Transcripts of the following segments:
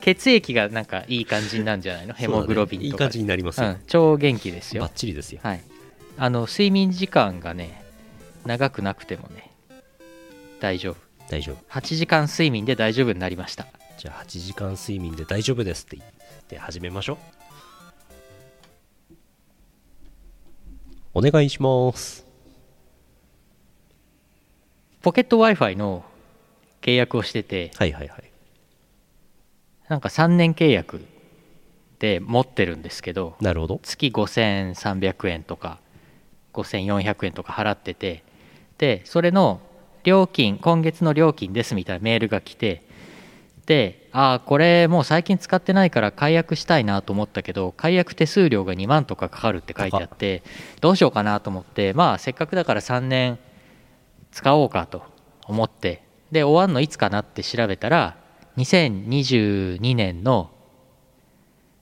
血液がなんかいい感じなんじゃないのヘモグロビンいいとか感でじになりますうよ。ん、超元気ですバよッチリですよ。はいあの睡眠時間がね長くなくてもね大丈夫大丈夫。 8時間睡眠で大丈夫になりましたじゃあ8時間睡眠で大丈夫ですって言って始めましょう。お願いします。ポケット w i f i の契約をしててはいはいはい。なんか3年契約で持ってるんですけどなるほど。月5300円とか5400円とか払っててでそれの料金今月の料金ですみたいなメールが来てでああこれもう最近使ってないから解約したいなと思ったけど解約手数料が2万とかかかるって書いてあってどうしようかなと思ってまあせっかくだから3年使おうかと思ってで終わんのいつかなって調べたら2022年の、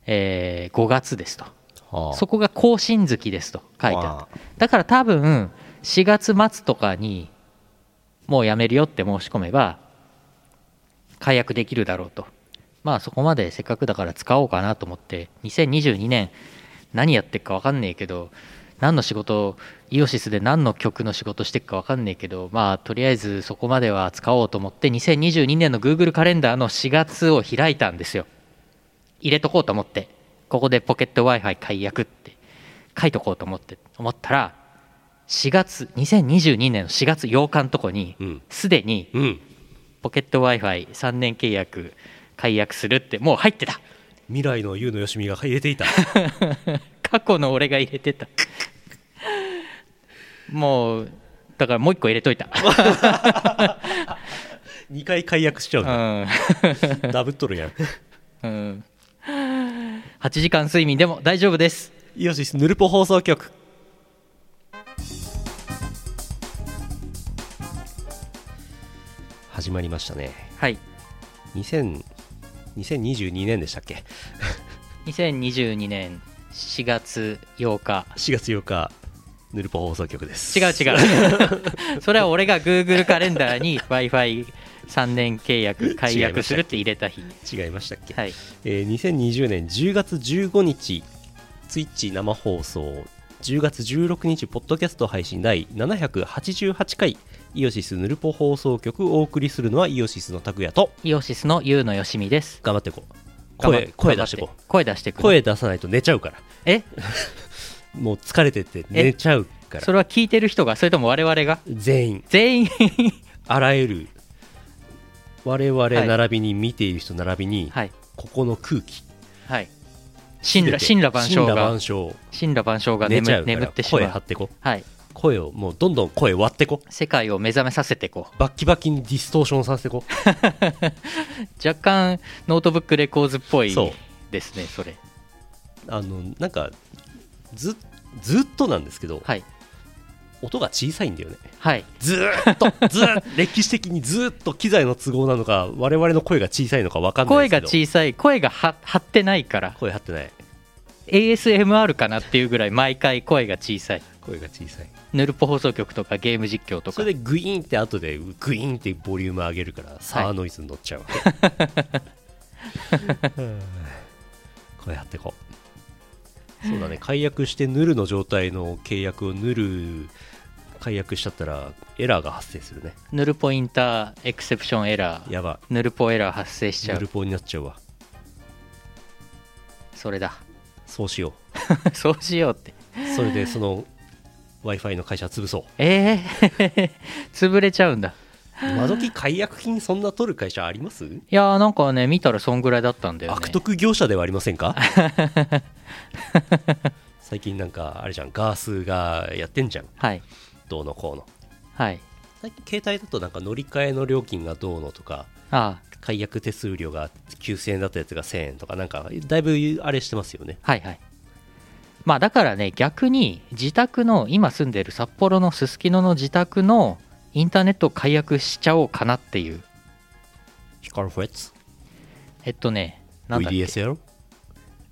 え5月ですとはあそこが更新月ですと書いてあはあっただから多分4月末とかにもうやめるよって申し込めば解約できるだろうとまあそこまでせっかくだから使おうかなと思って2022年何やってっか分かんねえけど何の仕事イオシスで何の曲の仕事してっか分かんねえけどまあとりあえずそこまでは使おうと思って2022年の Google カレンダーの4月を開いたんですよ入れとこうと思ってここでポケット w i f i 解約って書いとこうと思って思ったら4月2022年の4月8日のとこにうんすでにうん。ポケット w i f i 3年契約解約するってもう入ってた未来の優のよしみが入れ ていた。過去の俺が入れてたもうだからもう一個入れとい た、 2回解約しちゃううのんダブっとるやん。うん、8時間睡眠でも大丈夫です イオシスヌルポ放送局。始まりましたね。はい2000 2022年でしたっけ2022年4月8日 ?4 月8日、ヌルポ放送局です。違う違う それは俺が Google カレンダーに w i f i 3年契約解約するって入れた日 違いましたっけ、はいえー、2020年10月15日ツイッチ生放送10月16日ポッドキャスト配信第788回イオシスヌルポ放送局をお送りするのはイオシスの拓也とイオシスのゆうのよしみです頑張っていこう声声出していここう声出してうく声出さないと寝ちゃうからえもう疲れてて寝ちゃうからそれは聞いてる人がそれとも我々が全員全員 あらゆる我々い並びに見ている人並びに、はいここの空気はい神羅神羅万象神羅が万象神羅万象が寝ち眠ゃうから眠ってしま声張うってこうはい声をもうどんどん声割ってこ世界を目覚めさせていこうバッキバキにディストーションさせてこ若干ノートブックレコーズっぽいそうですねそれあのなんかずずっとなんですけど、はい音が小さいんだよねはいずー っとずーっと歴史的にずーっと機材の都合なのか我々の声が小さいのか分かんな声いですがけど小さい声がは張ってないから声張ってない ASMR かなっていうぐらい毎回声が小さい声が小さいヌルポ放送局とかゲーム実況とそかれでグイーンって後でグイーンってボリューム上げるからサーノイズに乗っちゃうわ け、うん声張ってこうそうだね解約してヌルの状態の契約をヌル解約しちゃったらエラーが発生するねヌルポインターエクセプションエラーやばヌルポエラー発生しちゃヌルうポになっちゃうわそれだ そうしよそうしようって うそれでその w i f i の会社潰そうええ 潰れちゃうんだ今時解約金そんな取る会社あります、いやーなんかね見たらそんぐらいだったんだよね悪徳業者ではありませんか 最近なんかあれじゃんガースがやってんじゃんはいどうのこうのはい最近携帯だとなんか乗り換えの料金がどうのとかああ解約手数料が9000円だったやつが1000円とかなんかだいぶあれしてますよねはいはいまあだからね逆に自宅の今住んでる札幌のすすきのの自宅のインターネットを解約しちゃおうかなっていう光フレッツえっとねなんだっけ VDSL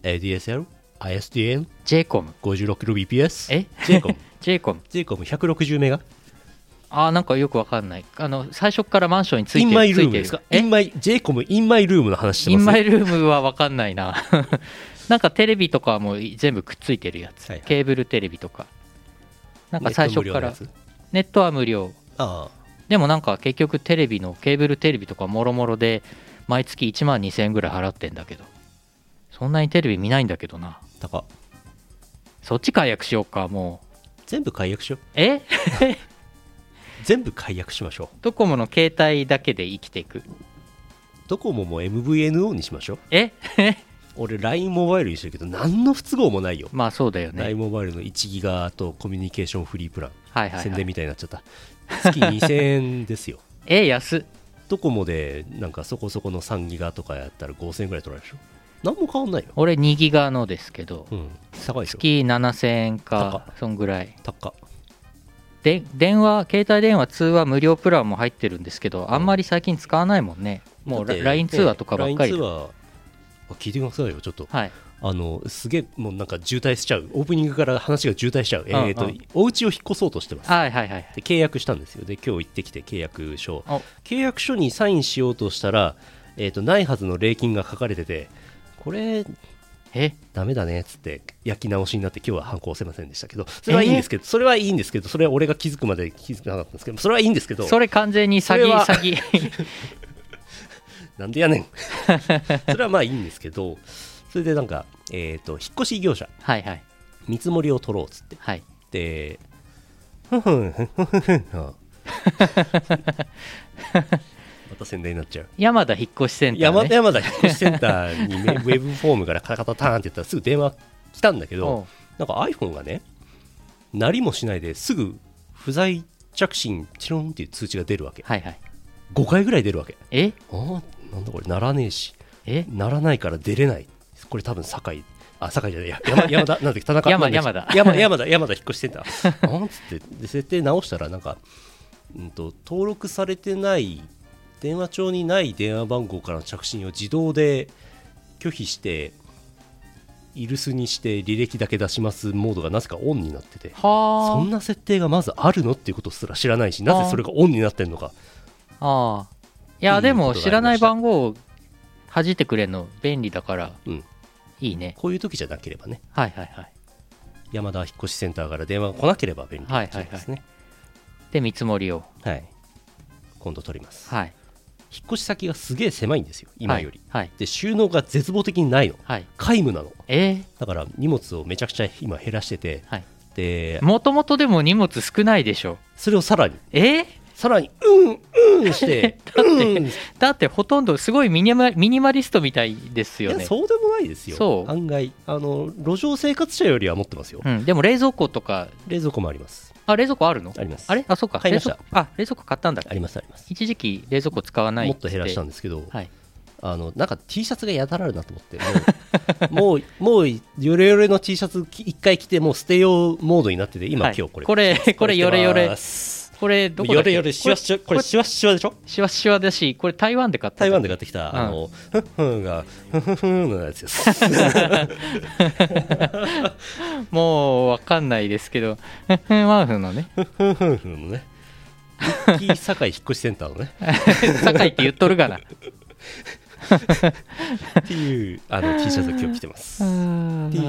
ADSL ISDN j コム 56kbps え j コム j コム j コム160メガあーなんかよくわかんないあの最初からマンションについイてンるマイつルーいムてるですかイえンマイ JCOM インマイルームの話してイますンマイイルームはわかんないな なんかテレビとかも全部くっついてるやつ、はいはいケーブルテレビとかなんか最初からネットは無料ああでもなんか結局テレビのケーブルテレビとかもろもろで毎月1万2000円ぐらい払ってんだけどそんなにテレビ見ないんだけどなだからそっち解約しようかもう全部解約しようえ全部解約しましょうドコモの携帯だけで生きていくドコモも MVNO にしましょうえ俺 LINE モバイルにしてるけど何の不都合もないよ、まあそうだよね LINE モバイルの1ギガとコミュニケーションフリープラン、はいはい、宣は伝い、みたいになっちゃった月2000円ですよ え安っドコモでなんかそこそこの3ギガとかやったら5000円ぐらい取られるでしょ何も変わんないよ俺2ギガのですけどうん高いですよ月7000円か高そんぐらい高っで電話携帯電話通話無料プランも入ってるんですけどあんまり最近使わないもんねもうだって LINE 通話とかばっかり LINE だ通話あ聞いてくださいよちょっとはいあのすげえもうなんか渋滞しちゃうオープニングから話が渋滞しちゃう、えうんーとお家を引っ越そうとしてますはいはいはいで契約したんですよで今日行ってきて契約書お契約書にサインしようとしたら、えー、とないはずの礼金が書かれててこれえダメだねっつって焼き直しになって今日は反抗せませんでしたけどそれはいいんですけど、それはいいんですけどそれは俺が気づくまで気づかなかったんですけどそれはいいんですけどそれ完全に詐それ欺は詐欺 なんでやねん それはまあいいんですけどそれでなんか、えー、と引っ越し業者はいはい見積もりを取ろうっつってはいでふんふんふんふんふんふん あまた宣伝になっちゃう山田引っ越しセンター、山ね、田山田引っ越しセンターにね ウェブフォームからカタカタターンって言ったらすぐ電話来たんだけおどうなんか iPhone がねなりもしないですぐ不在着信チロンっていう通知が出るわけはいはい5回ぐらい出るわけえあーなんだこれならねえしえならないから出れないこれ多分堺あ堺じゃないや山山田なんだっけ田中山なんだっけ山田山山田山田引っ越してんだあんっつってで設定直したらなんか、うん、と登録されてない電話帳にない電話番号からの着信を自動で拒否してイルスにして履歴だけ出しますモードがなぜかオンになっててそはんな設定がまずあるのっていうことすら知らないしなぜそれがオンになってんのかあああいいやいでこもとがありました知らない番号を弾いてくれるの便利だからうんいいねこういう時じゃなければねはいはいはい山田引っ越しセンターから電話が来なければ便利はいなはいはいですねで見積もりをはい、今度取りますはい引っ越し先がすげえ狭いんですよ今より、はいで収納が絶望的にないのはい、はい、皆無なのえだから荷物をめちゃくちゃ今減らしててはいでもともとでも荷物少ないでしょそれをさらにえさらにうんうんして うんだってほとんどすごいミニマミニマリストみたいですよいやねそうでもないですよそう案外あの路上生活者よりは持ってますよ、うん、でも冷蔵庫とか冷蔵庫もありますあ冷蔵庫あるのありますあれあそうか買いました冷蔵庫あ冷蔵庫買ったんだありますあります一時期冷蔵庫使わないもっと減らしたんでですけど、はいあのなんか T シャツがやたらあるなと思ってもう もうもうヨレヨレの T シャツ一回着てもう捨てようモードになってて今、はい今日これこれこれヨレヨレこれどこだよっけれよれしわしわここれれしわしわでしょシワシワだしこれ台湾で買った台湾で買買ってきた、うんあのふんふんがふんふんふんのやつですったもうわかんないですけどワンフのね ふんふんふんのね一気堺引っ越しセンターのね堺って言っとるがなっていう あの T シャツを今日着てますってう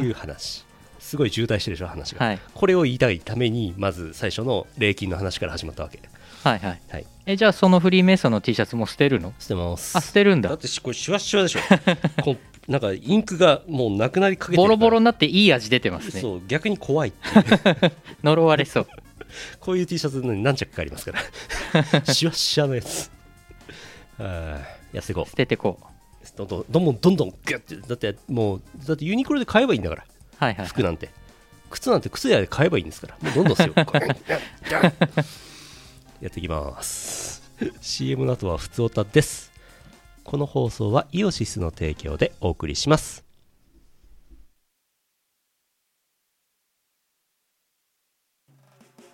いう話すごい渋滞してるでしょ話が、はいこれを言いたいためにまず最初の礼金の話から始まったわけはいはいはいえじゃあそのフリーメイソンの T シャツも捨てるの捨てますあ捨てるんだだってしこれシュワシュワでしょこうなんかインクがもうなくなりかけてるかボらロボロになっていい味出てますねそう逆に怖いっていう呪われそうこういう T シャツ何着かありますから シワシワのやつあー痩せこ捨ててこううどんどんどんどんどんどんギュッてだってもうだってユニクロで買えばいいんだからはいはい服なんて靴なんて靴屋で買えばいいんですからもうどんどんすよ ギュッギュッギュッやっていきます CM の後はふつおたですこの放送はイオシスの提供でお送りします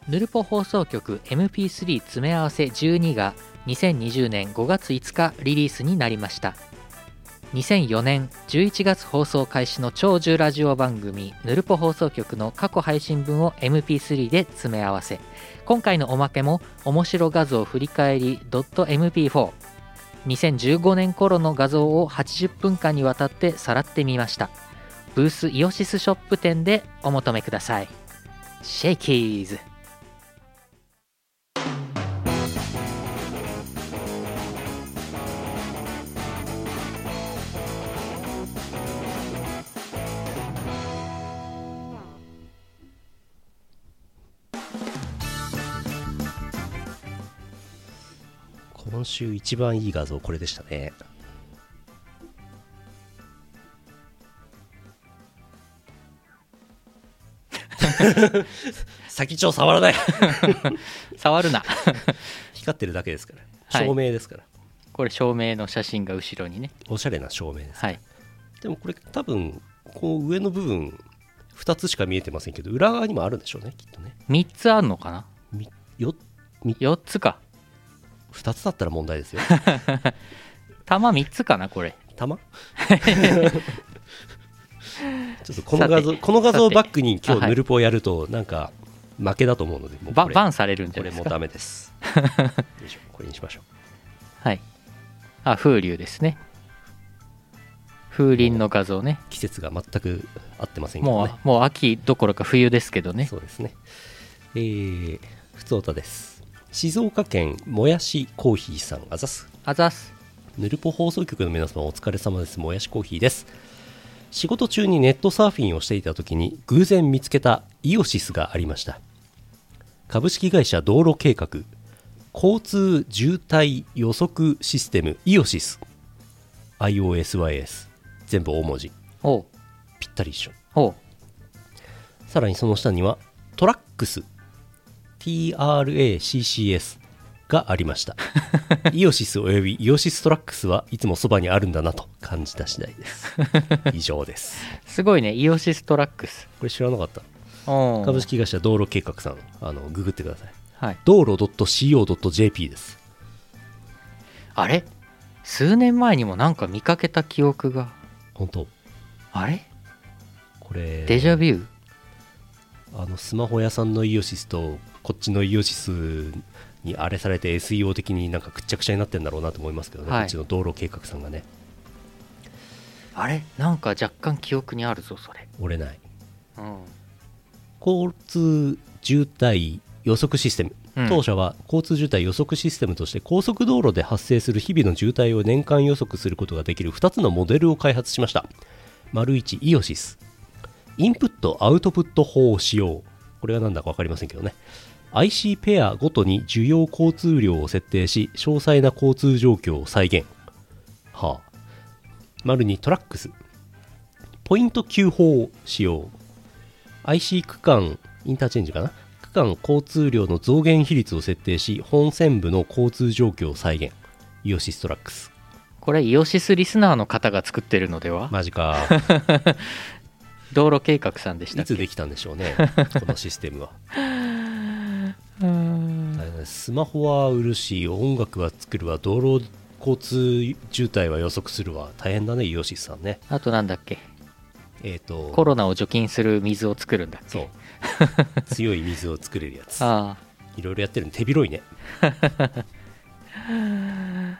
ヌルポ放送局 MP3 詰め合わせ12が2020年5月5日リリースになりました2004年11月放送開始の超重ラジオ番組「ぬるぽ放送局」の過去配信分を MP3 で詰め合わせ今回のおまけも「面白画像振り返り .mp4」2015年頃の画像を80分間にわたってさらってみましたブースイオシスショップ店でお求めくださいシェイキーズ今週一番いい画像これでした ね先長触らない触るな光ってるだけですからはい照明ですから、これ照明の写真が後ろにねおしゃれな照明ですはいでもこれ多分こう上の部分2つしか見えてませんけど裏側にもあるんでしょうねきっとね3つあるのかなみよみ4つか2つだったら問題ですよ玉3つかなこれ 玉ちょっとこの画像さてこの画像をバックに今さてあは日いヌルポをやるとなんか負けだと思うのでもうバこれバンされるんじこゃなれいですもかダメです よいしょこれにしましょはいあ風流ですね風鈴の画像ねう季節が全く合ってませんけどもねうもう秋どころか冬ですけどねそうですね。えー、ふつおたです。静岡県もやしコーヒーさん、あざす。あざっすぬるぽ放送局の皆様お疲れ様です。もやしコーヒーです。仕事中にネットサーフィンをしていた時に偶然見つけたイオシスがありました。株式会社道路計画交通渋滞予測システムイオシス iOSYS 全部大文字おうぴったり一緒おうさらにその下にはトラックス TRACCS がありました イオシスおよびイオシストラックスはいつもそばにあるんだなと感じた次第です 以上ですすごいねイオシストラックスこれ知らなかったお株式会社道路計画さんあのググってくださいはい道路 .co.jp ですあれ数年前にもなんか見かけた記憶が本当あれこれデジャビューあのスマホ屋さんのイオシスとこっちのイオシスにあれされて SEO 的になんかくっちゃくちゃになってんだろうなと思いますけどね、はいこっちの道路計画さんがねあれなんか若干記憶にあるぞそれ折れないうん交通渋滞予測システム、うん当社は交通渋滞予測システムとして高速道路で発生する日々の渋滞を年間予測することができる2つのモデルを開発しました丸1イオシスインプットアウトプット法を使用これは何だか分かりませんけどね IC ペアごとに需要交通量を設定し詳細な交通状況を再現はあ丸2トラックスポイント給法を使用 IC 区間インターチェンジかな区間交通量の増減比率を設定し本線部の交通状況を再現イオシストラックスこれイオシスリスナーの方が作ってるのでは、マジか 道路計画さんでしたいっけつできたんでしょうねこのシステムは うーんあれねスマホは売るし音楽は作るわ道路交通渋滞は予測するわ大変だねイオシスさんねあとなんだっけえっ、とコロナを除菌する水を作るんだっけそう 強い水を作れるやつあいろいろやってるの手広いねあ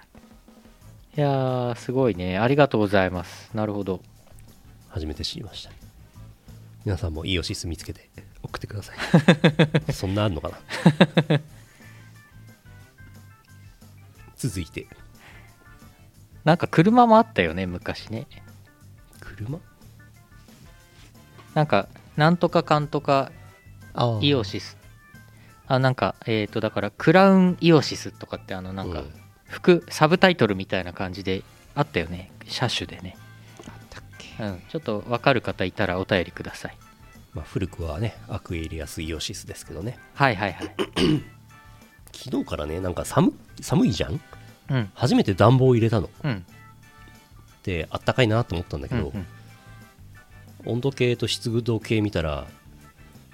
いやーすごいねありがとうございますなるほど初めて知りました皆さんもイオシス見つけて送ってくださ いそんなあんのかな続いてなんか車もあったよね昔ね車なんかなんとかかんとかあイオシスあなんかえっ、とだからクラウンイオシスとかってあのなんか服サブタイトルみたいな感じであったよね車種でねうん、ちょっと分かる方いたらお便りくださいまあ、古くはねアクエリアスイオシスですけどねはいはい はい昨日からねなんか寒寒いじゃんうん初めて暖房入れたのうんであったかいなと思ったんだけうんど、うん温度計と湿度計見たら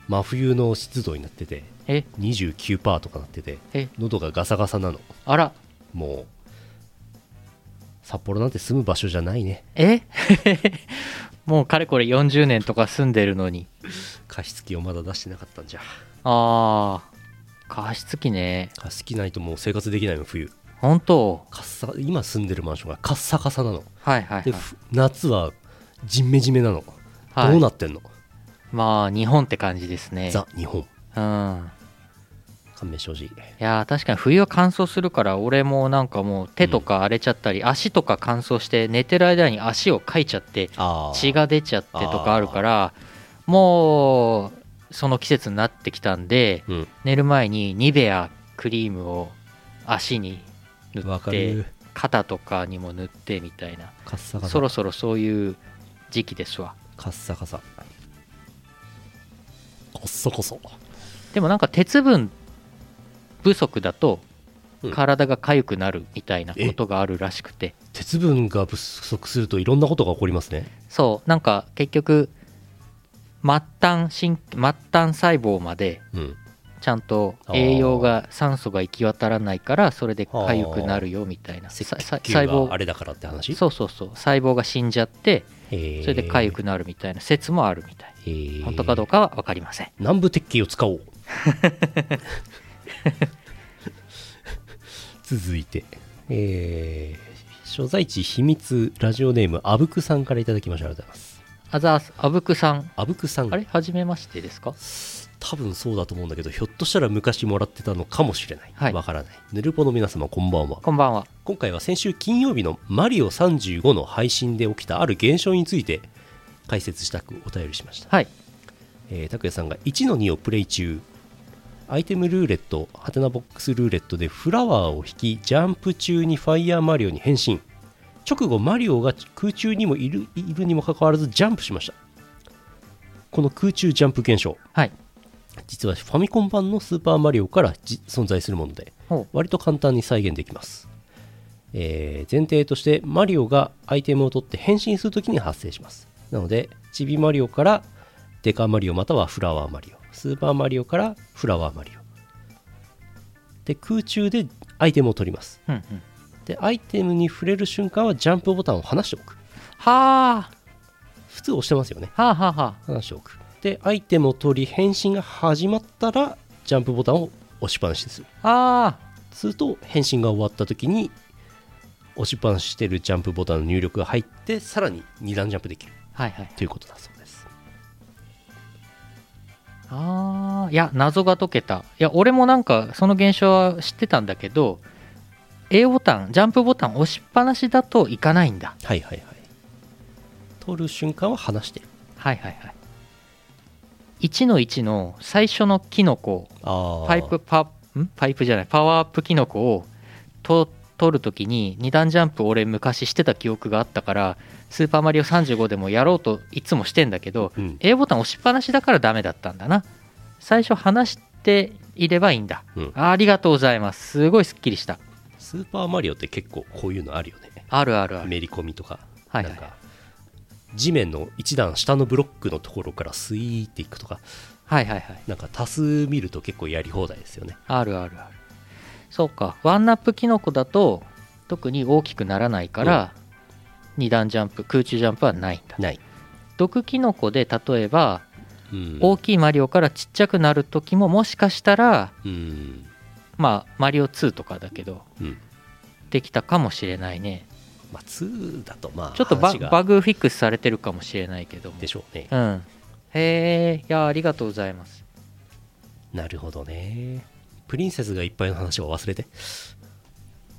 真冬の湿度になっててえ29%とかなっててえ喉がガサガサなのあらもう札幌なんて住む場所じゃないねえ もうかれこれ40年とか住んでるのに加湿器をまだ出してなかったんじゃああ加湿器ね加湿器ないともう生活できないの冬本当カッサ今住んでるマンションがカッサカサなのはいはい、はいで、ふ夏はジメジメなの、はいどうなってんの、まあ日本って感じですねザ日う本ん勘弁してほしいいやー確かに冬は乾燥するから俺もなんかもう手とか荒れちゃったり、足とか乾燥して寝てる間に足をかいちゃってあ血が出ちゃってとかあるからもうその季節になってきたんでうん寝る前にニベアクリームを足に塗わっかてる肩とかにも塗ってみたいなカッサカサそろそろそういう時期ですわカッサカサこっそこそでもなんか鉄分不足だとうん体が痒くなるみたいなことがあるらしくて、鉄分が不足するといろんなことが起こりますねそうなんか結局末端神末端細胞までうんちゃんと栄養が酸素が行き渡らないからそれで痒くなるよみたいなささ球が細あ胞れだからって話そうそうそう細胞が死んじゃってそれそれで痒くなるみたいな説もあるみたい本当かどうかかは分かりません南部鉄器を 使おう続いてえー所在地秘密ラジオネームあぶくさんからいただきましたありがとうございますあざーすあぶくさんあぶくさんあれ初めましてですか多分そうだと思うんだけどひょっとしたら昔もらってたのかもしれないわ、はいからないぬるぽの皆様こんばんはこんばんは今回は先週金曜日のマリオ35の配信で起きたある現象について解説したくお便りしましたはいえー拓也さんが1の2をプレイ中アイテムルーレットハテナボックスルーレットでフラワーを引きジャンプ中にファイヤーマリオに変身直後マリオが空中にもいるいるにもかかわらずジャンプしましたこの空中ジャンプ現象はい実はファミコン版の「スーパーマリオ」からじ存在するものでほう割と簡単に再現できます、えー前提としてマリオがアイテムを取って変身するときに発生しますなのでチビマリオからデカマリオまたはフラワーマリオスーパーマリオからフラワーマリオで空中でアイテムを取りますうんうんでアイテムに触れる瞬間はジャンプボタンを離しておくはあ普通押してますよねはあはあは離しておくでアイテムを取り変身が始まったらジャンプボタンを押しっぱなしでするああすると返信が終わった時に押しっぱなししてるジャンプボタンの入力が入ってさらに2段ジャンプできるーはいはいということだそうですああいや謎が解けたいや俺もなんかその現象は知ってたんだけど A ボタンジャンプボタン押しっぱなしだといかないんだはいはいはい取る瞬間は離してるはいはいはい1の1の最初のキノコあーパイプパんパイプじゃないパワーアップキノコをと取るときに2段ジャンプ俺昔してた記憶があったから「スーパーマリオ35」でもやろうといつもしてんだけどうん A ボタン押しっぱなしだからダメだったんだな最初離していればいいんだ、うんありがとうございますすごいすっきりしたスーパーマリオって結構こういうのあるよねあるあるあるめり込みとか、はいなはんいか地面の一段下のブロックのところからスイーっていくとかはいはいはいなんか多数見ると結構やり放題ですよねあるあるあるそうかワンナップキノコだと特に大きくならないから、2段ジャンプ空中ジャンプはないんだない、毒キノコで例えばうん大きいマリオからちっちゃくなる時ももしかしたらうんまあマリオ2とかだけどうんできたかもしれないねまあ2だとまあちょっとバ話がバグフィックスされてるかもしれないけどもでしょうねうんへえいやありがとうございますなるほどねプリンセスがいっぱいの話は忘れて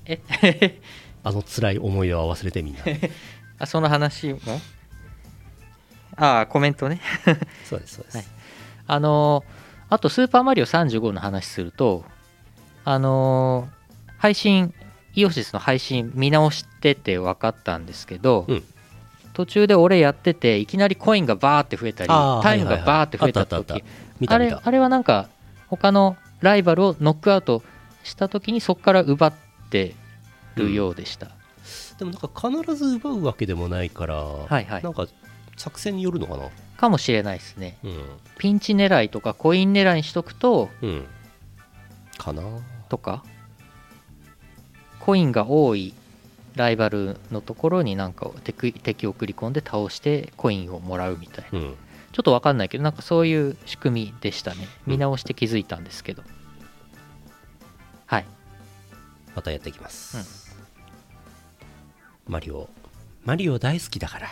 え あの辛い思い出は忘れてみんなあその話もああコメントねそうですそうです、はいあのーあと「スーパーマリオ35」の話するとあのー配信イオシスの配信見直してて分かったんですけど、うん途中で俺やってていきなりコインがバーって増えたりあータイムはがいはいはいバーって増えあたったあったあ時った見たあ見れたあれはなんか他のライバルをノックアウトした時にそこから奪ってるようでした、でもなんか必ず奪うわけでもないから、いはいなんか作戦によるのかなかもしれないですねうんピンチ狙いとかコイン狙いにしとくとうんかなとかコインが多いライバルのところになんかを敵敵を送り込んで倒してコインをもらうみたいなうんちょっと分かんないけどなんかそういう仕組みでしたねうん見直して気づいたんですけど、はいまたやっていきます、マリオマリオ大好きだから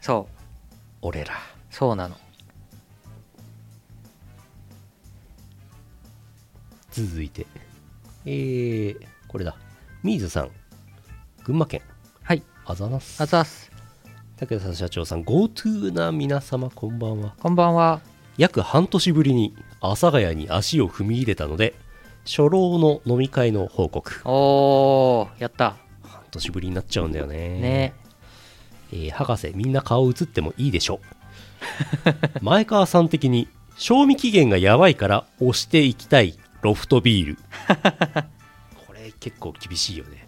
そう俺らそうなの続いてえー、これだミーズさん群馬県はいあざなすあざっす武田社長さん GoTo な皆様こんばんはこんばんは約半年ぶりに阿佐ヶ谷に足を踏み入れたので初老の飲み会の報告おーやった半年ぶりになっちゃうんだよねねえー博士みんな顔映ってもいいでしょう 前川さん的に賞味期限がやばいから押していきたいロフトビールこれ結構厳しいよね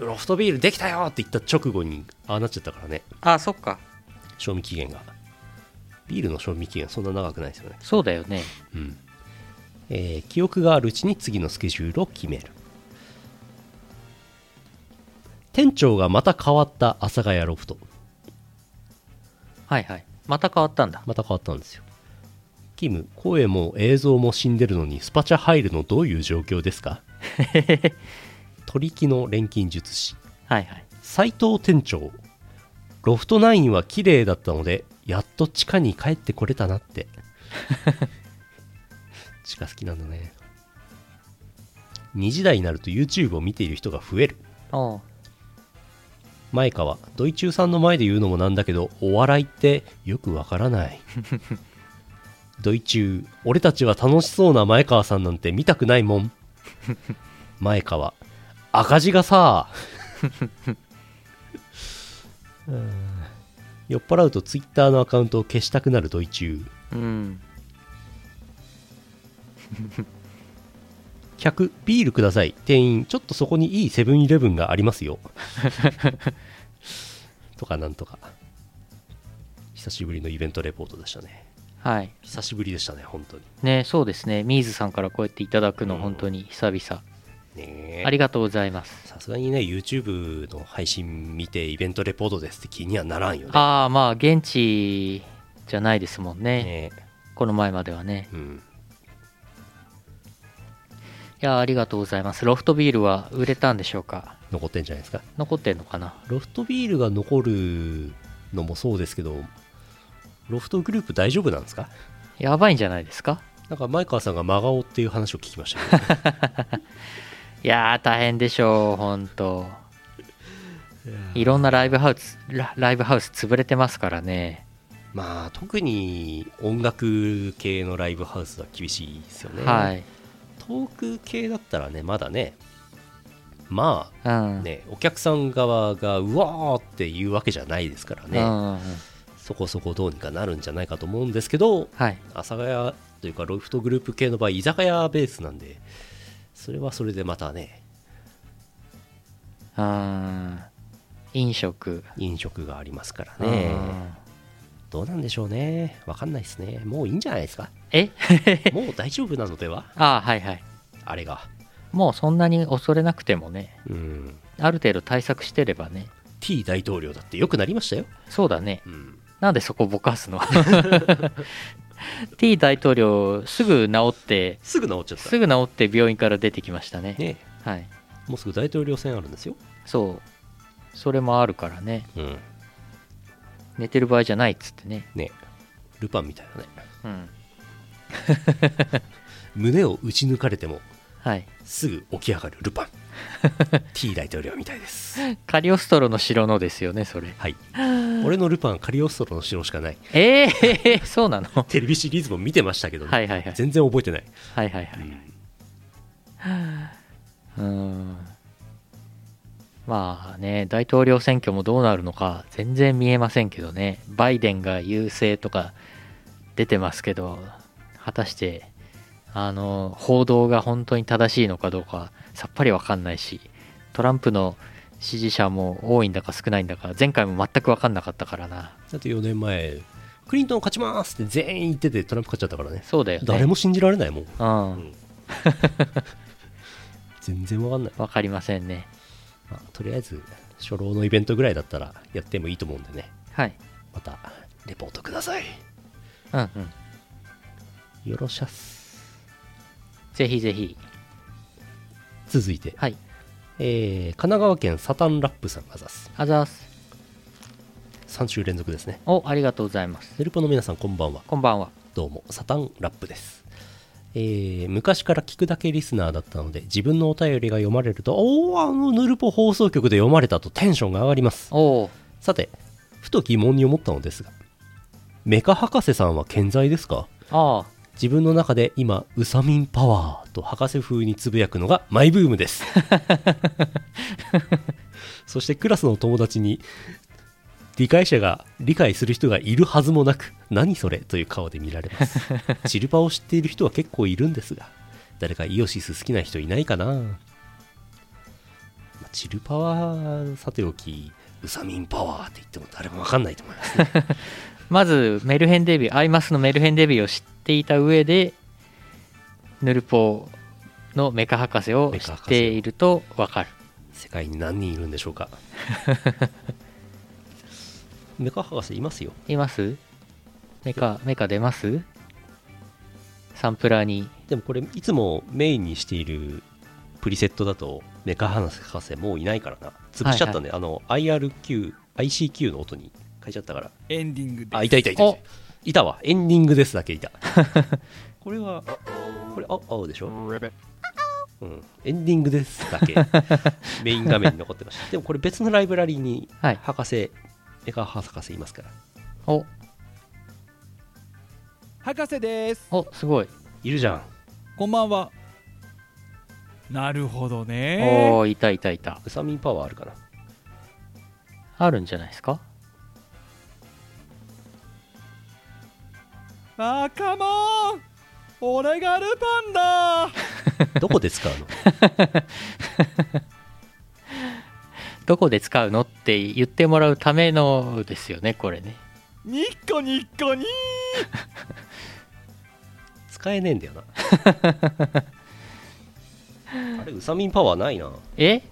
ロフトビールできたよって言った直後にああなっちゃったからねあそっか賞味期限がビールの賞味期限はそんな長くないですよねそうだよねうんえー記憶があるうちに次のスケジュールを決める店長がまた変わった阿佐ヶ谷ロフトはいはいまた変わったんだまた変わったんですよキム声も映像も死んでるのにスパチャ入るのどういう状況ですか取引の錬金術師はいはい斉藤店長ロフト9は綺麗だったのでやっと地下に帰ってこれたなって 地下好きなんだね2時台になると YouTube を見ている人が増えるおー前川ドイチューさんの前で言うのもなんだけどお笑いってよくわからない ドイチュー俺たちは楽しそうな前川さんなんて見たくないもん前川赤字がさ うーん酔っ払うとツイッターのアカウントを消したくなるドイチュうーん客ビールください店員ちょっとそこにいいセブンイレブンがありま すよとかなんとか久しぶりのイベントレポートでしたねはい久しぶりでしたね本当にねそうですねミーズさんからこうやっていただくのうん本当に久々、ねあえりがとうございますさすがにね YouTube の配信見てイベントレポートですって気にはならんよねああまあ現地じゃないですもんねねこの前まではねえうんいやーありがとうございますロフトビールは売れたんでしょうか残ってんじゃないですか残ってんのかなロフトビールが残るのもそうですけどロフトグループ大丈夫なんですかやばいんじゃないですかなんか前川さんが真顔っていう話を聞きましたけどいやー大変でしょう本当 いろんなライブハウスラライブハウス潰れてますからねまあ特に音楽系のライブハウスは厳しいですよね、はいトーク系だったらねまだねまうあん、ねお客さん側がうわーっていうわけじゃないですからうんうね、んうんそこそこどうにかなるんじゃないかと思うんですけどはい阿佐ヶ谷というかロフトグループ系の場合居酒屋ベースなんでそれはそれでまたねうん飲食飲食がありますからねどうなんでしょうねわかんないですねもういいんじゃないですかうんえ もう大丈夫なのではああはいはいあれがもうそんなに恐れなくてもねうんある程度対策してればね T 大統領だって良くなりましたよ、そうだねうん、なんでそこぼかすの T 大統領すぐ治ってすぐ治っちゃったすぐ治って病院から出てきましたねねはいもうすぐ大統領選あるんですよ、そうそれもあるからねうん、寝てる場合じゃないっつってねねルパンみたいなねうん胸を打ち抜かれてもはいすぐ起き上がるル パン T 大統領みたい ですカリオストロの城のですよねそれはい俺のルパンカリオストロの城しかないええ そうなのはテレビシリーズも見てましたけど、いねはいはいはい全然覚えてない、はいはいうんまあね大統領選挙もどうなるのか全然見えませんけどねバイデンが優勢とか出てますけど果たしてあの報道が本当に正しいのかどうかさっぱりわかんないしトランプの支持者も多いんだか少ないんだか前回も全く分かんなかったからなだって4年前クリントン勝ちますって全員言っててトランプ勝っちゃったからねそうだよね誰も信じられないもんうん全然わかんない分かりませんねまあとりあえず初老のイベントぐらいだったらやってもいいと思うんでねはいまたレポートくださいうんうんよろしゃっすぜひぜひ続いて、はいえー神奈川県サタンラップさんがざすあざーす3週連続ですねおありがとうございますヌルポの皆さんこんばんはこんばんはどうもサタンラップです、えー昔から聞くだけリスナーだったので自分のお便りが読まれるとおおあのヌルポ放送局で読まれたとテンションが上がりますおおさてふと疑問に思ったのですがメカ博士さんは健在ですかあ自分の中で今ウサミンパワーと博士風につぶやくのがマイブームですそしてクラスの友達に理解者が理解する人がいるはずもなく何それという顔で見られますチルパを知っている人は結構いるんですが誰かイオシス好きな人いないかな、まあチルパはさておきウサミンパワーって言っても誰もわかんないと思いますねあまずメルヘンデビューアイマスのメルヘンデビューを知っていた上でヌルポのメカ博士を知っているとわかる世界に何人いるんでしょうか メカ博士いますよいますメカメカ出ますサンプラーにでもこれいつもメインにしているプリセットだとメカ博士もういないからな潰しちゃったね、あの IRQICQ の音に変えちゃったからエンディングです。あいたいたいたいおたいたわエンディングですだけいた これはこれあ青でしょ、うん、エンディングですだ けメイン画面に残ってましたでもこれ別のライブラリーにはい博士、メカ博士いますからお博士です。おすごい、いるじゃんこんばんは。なるほどね。おおいたいたいたウサミンパワーあるかなあるんじゃないですかあー、カモン。俺がルパンだ。どこで使う のどこで使うのって言ってもらうためのですよねこれねニッコニッコニー。使えねえんだよ なあれウサミンパワーないなえ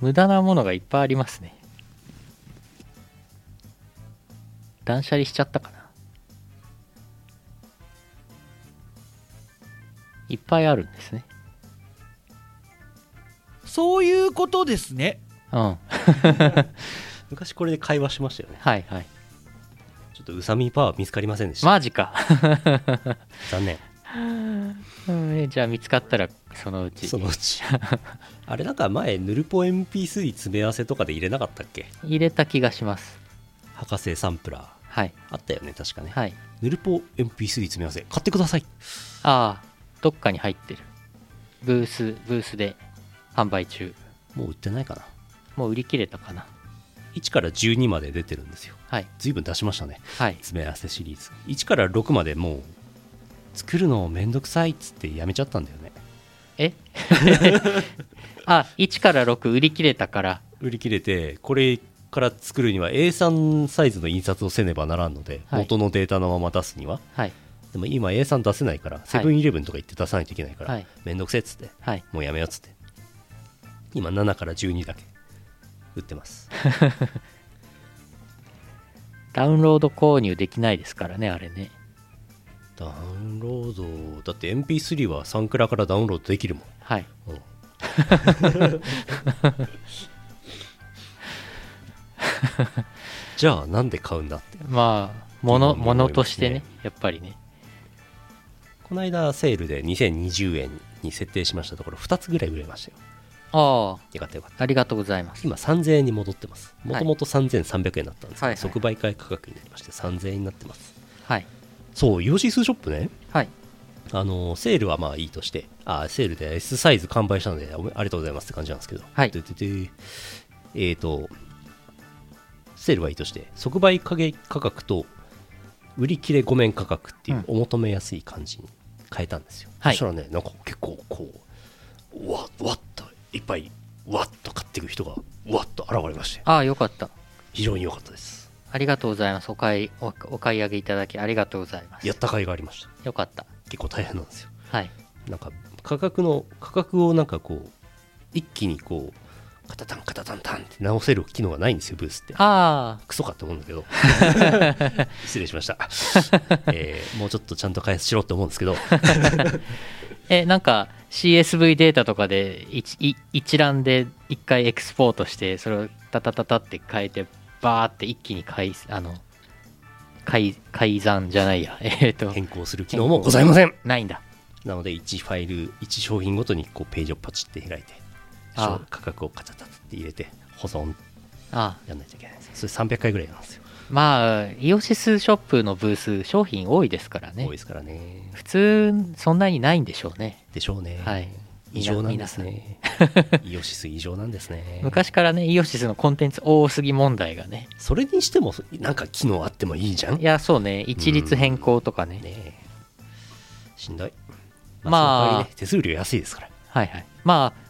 無駄なものがいっぱいありますね断捨離しちゃったかないっぱいあるんですねそういうことですね。うん はい昔これで会話しましたよねはいちょっとウサミンパワー見つかりませんでした、マジか、 残念うんじゃあ見つかったらそのうちそのう ちあれなんか前ヌルポ MP3 詰め合わせとかで入れなかったっけ入れた気がします博士サンプラーはいあったよね確かね、はいヌルポ MP3 詰め合わせ買ってくださいああどっかに入ってるブースブースで販売中もう売ってないかなもう売り切れたかな1から12まで出てるんですよはい随分出しましたねはい詰め合わせシリーズ1から6までもう作るのめんどくさいっつってやめちゃったんだよねえ あ1から6売り切れたから売り切れてこれから作るには A3 サイズの印刷をせねばならんので、はい元のデータのまま出すにははいでも今 A3 出せないからセブンイレブンとか行って出さないといけないから、はいめんどくせえっつってはいもうやめようっつって今7から12だけ売ってますダウンロード購入できないですからねあれね ダウンロードだって MP3 はサンクラからダウンロードできるもんはいうん じゃあなんで買うんだってまあものうんものとして思いねまやっぱりねこの間セールで2020円に設定しましたところ2つぐらい売れましたよあよかったよかっあたありがとうございます今3000円に戻ってますもはいともと3300円だったんですはいけど、はい即売会価格になりまして3000円になってますはいそうイオシスショップねはいあのセールはまあいいとしてあセールで S サイズ完売したのでおめありがとうございますって感じなんですけどはいでででえっ、とセールはいいとして即売会価格と売り切れ御免価格っていううんお求めやすい感じに変えたんですよ、はいそしたらねなんか結構こううわわっといっぱいわっと買っていく人がうわっと現れましてああよかった非常に良かったですありがとうございますお買いおお買い上げいただきありがとうございますやった甲斐がありましたよかった結構大変なんですよはいなんか価格の価格をなんかこう一気にこうカタタンカタタンタンって直せる機能がないんですよブースってああクソかって思うんだ けど失礼しました、えーもうちょっとちゃんと開発しろって思うんです けどえなんか CSV データとかで一一一覧で一回エクスポートしてそれをタタタタって変えてバーって一気に改あの改改ざんじゃないや えっと変更する機能もございませんないんだなので1ファイル1商品ごとにこうページをパチって開いてああ価格をカチャタって入れて保存あやんないといけないんですよそれ300回ぐらいなんですよ、まあイオシスショップのブース商品多いですからね多いですからね普通そんなにないんでしょうねでしょうね、はい異常なんですねイオシス異常なんですね昔からねイオシスのコンテンツ多すぎ問題がねそれにしてもなんか機能あってもいいじゃんいやそうね一律変更とかね、ねえしんどいまあその代わりね手数料安いですからはいはいまあ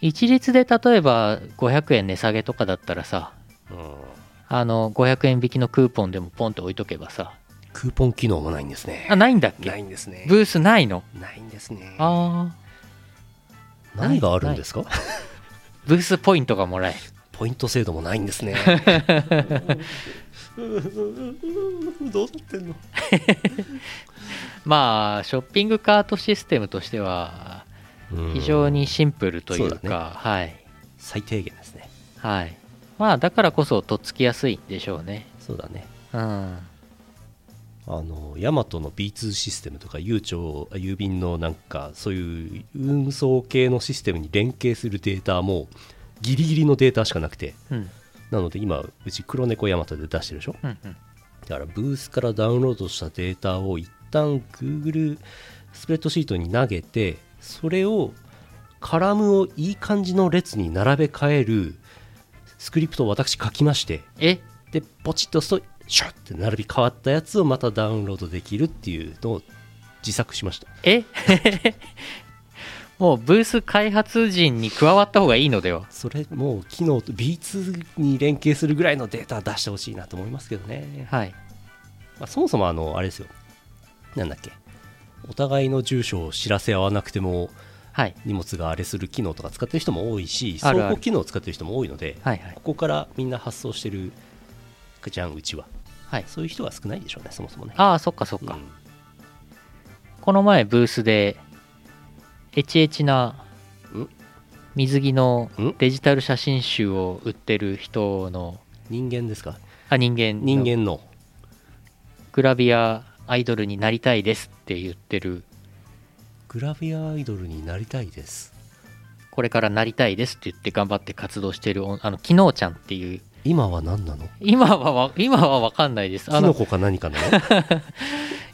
一律で例えば500円値下げとかだったらさうんあの500円引きのクーポンでもポンって置いとけばさクーポン機能もないんですねあないんだっけないんですねブースないのないんですねああ何があるんですかブースポイントがもらえるポイント制度もないんで すね どうなってんのまあショッピングカートシステムとしては非常にシンプルというか、そうだはい最低限ですねはいまあだからこそとっつきやすいんでしょうねそうだねうんあのヤマトの B2 システムとか郵長あ郵便のなんかそういう運送系のシステムに連携するデータもギリギリのデータしかなくてうんなので今うち黒猫ヤマトで出してるでしょうんうんだからブースからダウンロードしたデータを一旦 Google スプレッドシートに投げてそれをカラムをいい感じの列に並べ替えるスクリプトを私書きましてえでポチッと押すとシュッて並び変わったやつをまたダウンロードできるっていうのを自作しましたえ もうブース開発陣に加わった方がいいのではそれもう機能と B2 に連携するぐらいのデータ出してほしいなと思いますけどね、はいまあ、そもそもあのあれですよなんだっけお互いの住所を知らせ合わなくてもはい荷物があれする機能とか使ってる人も多いしあるある倉庫機能を使ってる人も多いので、はいはいここからみんな発送してるくちゃんうちははいそういう人が少ないでしょうねそもそもねああそっかそっか、うんこの前ブースでエチエチなん水着のんデジタル写真集を売ってる人の人間ですかあ人間の人間のグラビアアイドルになりたいですって言ってるグラビアアイドルになりたいですこれからなりたいですって言って頑張って活動してるおあのきのうちゃんっていう今は何なの今はわ今は分かんないですあキノのコか何かな の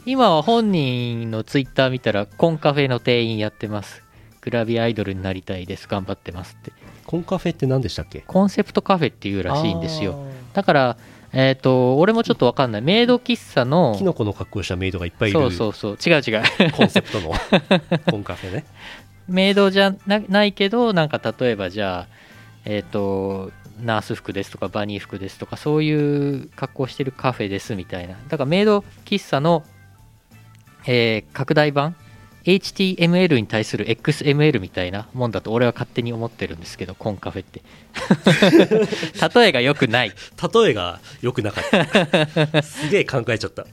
今は本人のツイッター見たらコンカフェの店員やってますグラビアアイドルになりたいです頑張ってますってコンカフェって何でしたっけコンセプトカフェっていうらしいんですよだからえっ、と俺もちょっとわかんないメイド喫茶のキノコの格好をしたメイドがいっぱいいるそうそうそう違う違う コンセプトのコンカフェねメイドじゃなないけどなんか例えばじゃあえっ、とナース服ですとかバニー服ですとかそういう格好してるカフェですみたいなだからメイド喫茶の、えー拡大版 HTML に対する XML みたいなもんだと俺は勝手に思ってるんですけどコンカフェって 例えが良くない例えが良くなかっ たすげえ考えちゃった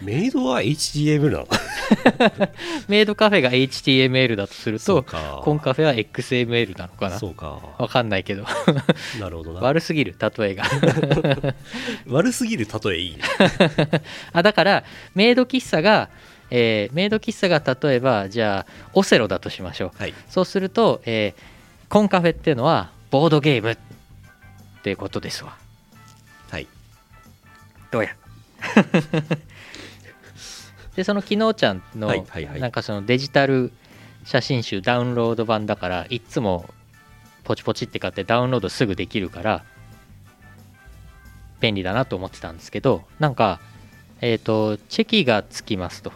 メイドは HTML なのメイドカフェが HTML だとするとかコンカフェは XML なのかなそうかわかんないけど なるほどな悪すぎる例えが 悪すぎる例えいいねあだからメイド喫茶が、えーメイド喫茶が例えばじゃあオセロだとしましょうはいそうすると、えーコンカフェっていうのはボードゲームっていうことですわはいどうや でそのきのうちゃんの、はいはいはいなんかそのデジタル写真集ダウンロード版だからいっつもポチポチって買ってダウンロードすぐできるから便利だなと思ってたんですけどなんかえっ、とチェキがつきますと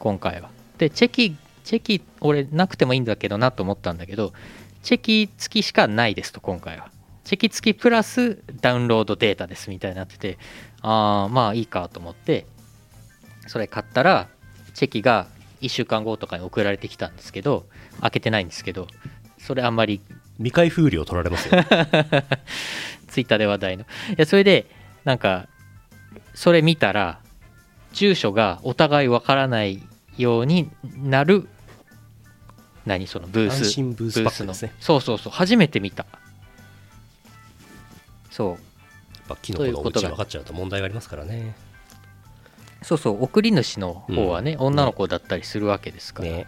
今回はでチェキチェキ俺なくてもいいんだけどなと思ったんだけどチェキ付きしかないですと今回はチェキ付きプラスダウンロードデータですみたいになっててああまあいいかと思ってそれ買ったらチェキが1週間後とかに送られてきたんですけど開けてないんですけどそれあんまり未開封量取られますよツイッターで話題のいやそれでなんかそれ見たら住所がお互いわからないようになる何そのブース安心ブースパックですねそうそうそう初めて見たそうやっぱキノコというのおこと家が分かっちゃうと問題がありますからねそうそう送り主の方はね、女の子だったりするわけですから、ね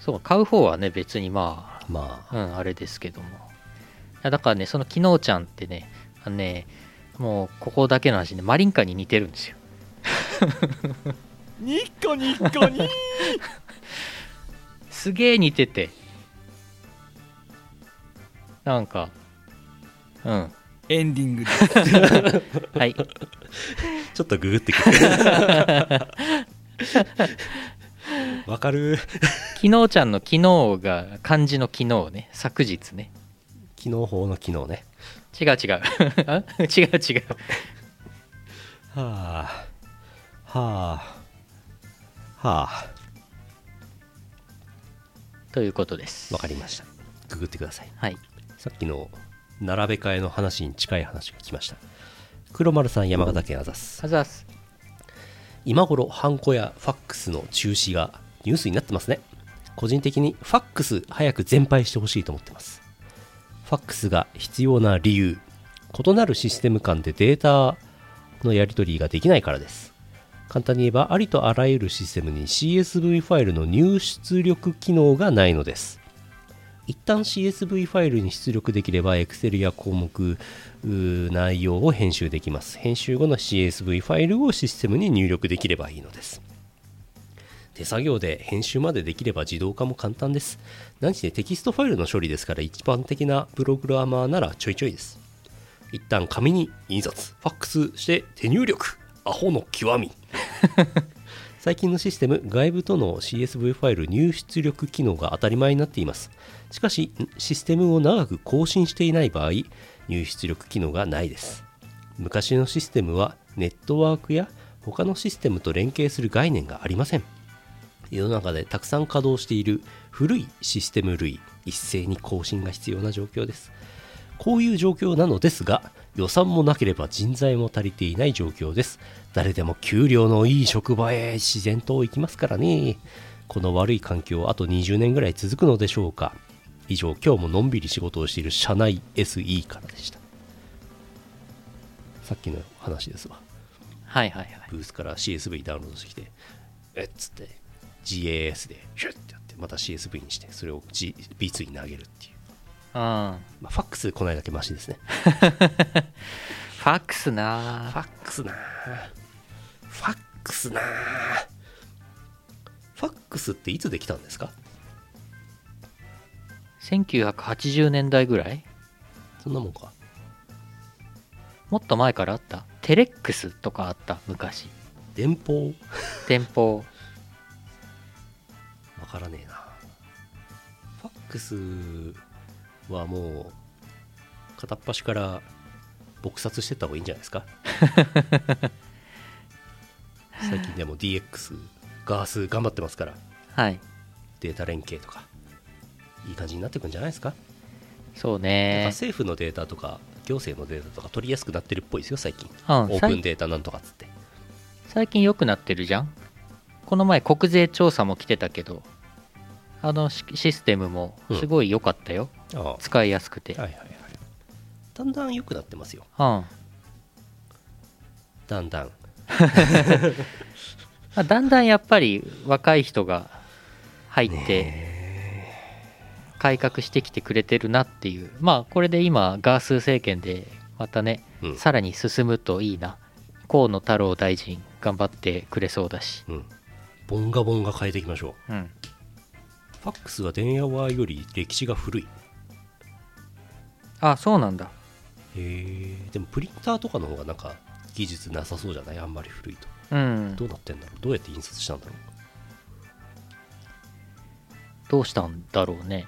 そう買う方はね別にままあ、うん、あれですけどもいやだからねそのきのうちゃんってねあのねもうここだけの話ねマリンカに似てるんですよニッコニッコニーすげえ似ててなんかうん エンディングではいあちょっとググって くるわかるきのうちゃんの「きのう」が漢字の「きのう」ね昨日ね機能法の機能ね違う違うあ違う違うはあはあはあということですわかりましたググってくださいはいさっきの並べ替えの話に近い話が来ました黒丸さん山形県あざすあざっす今頃ハンコやファックスの中止がニュースになってますね個人的にファックス早く全廃してほしいと思ってますファックスが必要な理由異なるシステム間でデータのやり取りができないからです簡単に言えばありとあらゆるシステムに CSV ファイルの入出力機能がないのです一旦 CSV ファイルに出力できれば Excel や項目うー内容を編集できます編集後の CSV ファイルをシステムに入力できればいいのです手作業で編集までできれば自動化も簡単です何せテキストファイルの処理ですから一般的なプログラマーならちょいちょいです一旦紙に印刷ファックスして手入力アホの極み最近のシステム外部との CSV ファイル入出力機能が当たり前になっていますしかしシステムを長く更新していない場合入出力機能がないです昔のシステムはネットワークや他のシステムと連携する概念がありません世の中でたくさん稼働している古いシステム類一斉に更新が必要な状況ですこういう状況なのですが予算もなければ人材も足りていない状況です誰でも給料のいい職場へ自然と行きますからねこの悪い環境はあと20年ぐらい続くのでしょうか以上今日ものんびり仕事をしている社内 SE からでしたさっきの話ですわはいはいはいブースから CSV ダウンロードしてきてえっつって GAS でシュッてやってまた CSV にしてそれを G B2 に投げるっていう、うんまあ、ファックスこないだけマシですねファックスなフあァックスなあファックスなあファックスっていつできたんですか1980年代ぐらいそんなもんかもっと前からあったテレックスとかあった昔電報電報わからねえなファックスはもう片っ端から撲殺してった方がいいんじゃないですか最近でも DX ガース頑張ってますからはいデータ連携とかいい感じになってくんじゃないですか,、そうなんかね政府のデータとか行政のデータとか取りやすくなってるっぽいですよ最近うんオーさプいンデータなんとかっつって最近良くなってるじゃんこの前国税調査も来てたけどあのシシステムもすごい良かったよ、ああは使いやすくていはいはいだんだん良くなってますようんまだんだんあだんだんやっぱり若い人が入って改革してきてくれてるなっていうまあこれで今ガース政権でまたねうんさらに進むといいな河野太郎大臣頑張ってくれそうだし、うんボンガボンガ変えていきましょううん、ファックスは電話より歴史が古いあそうなんだへえでもプリンターとかの方がなんか技術なさそうじゃないあんまり古いとうんどうなってんだろうどうやって印刷したんだろどうしたんだろうね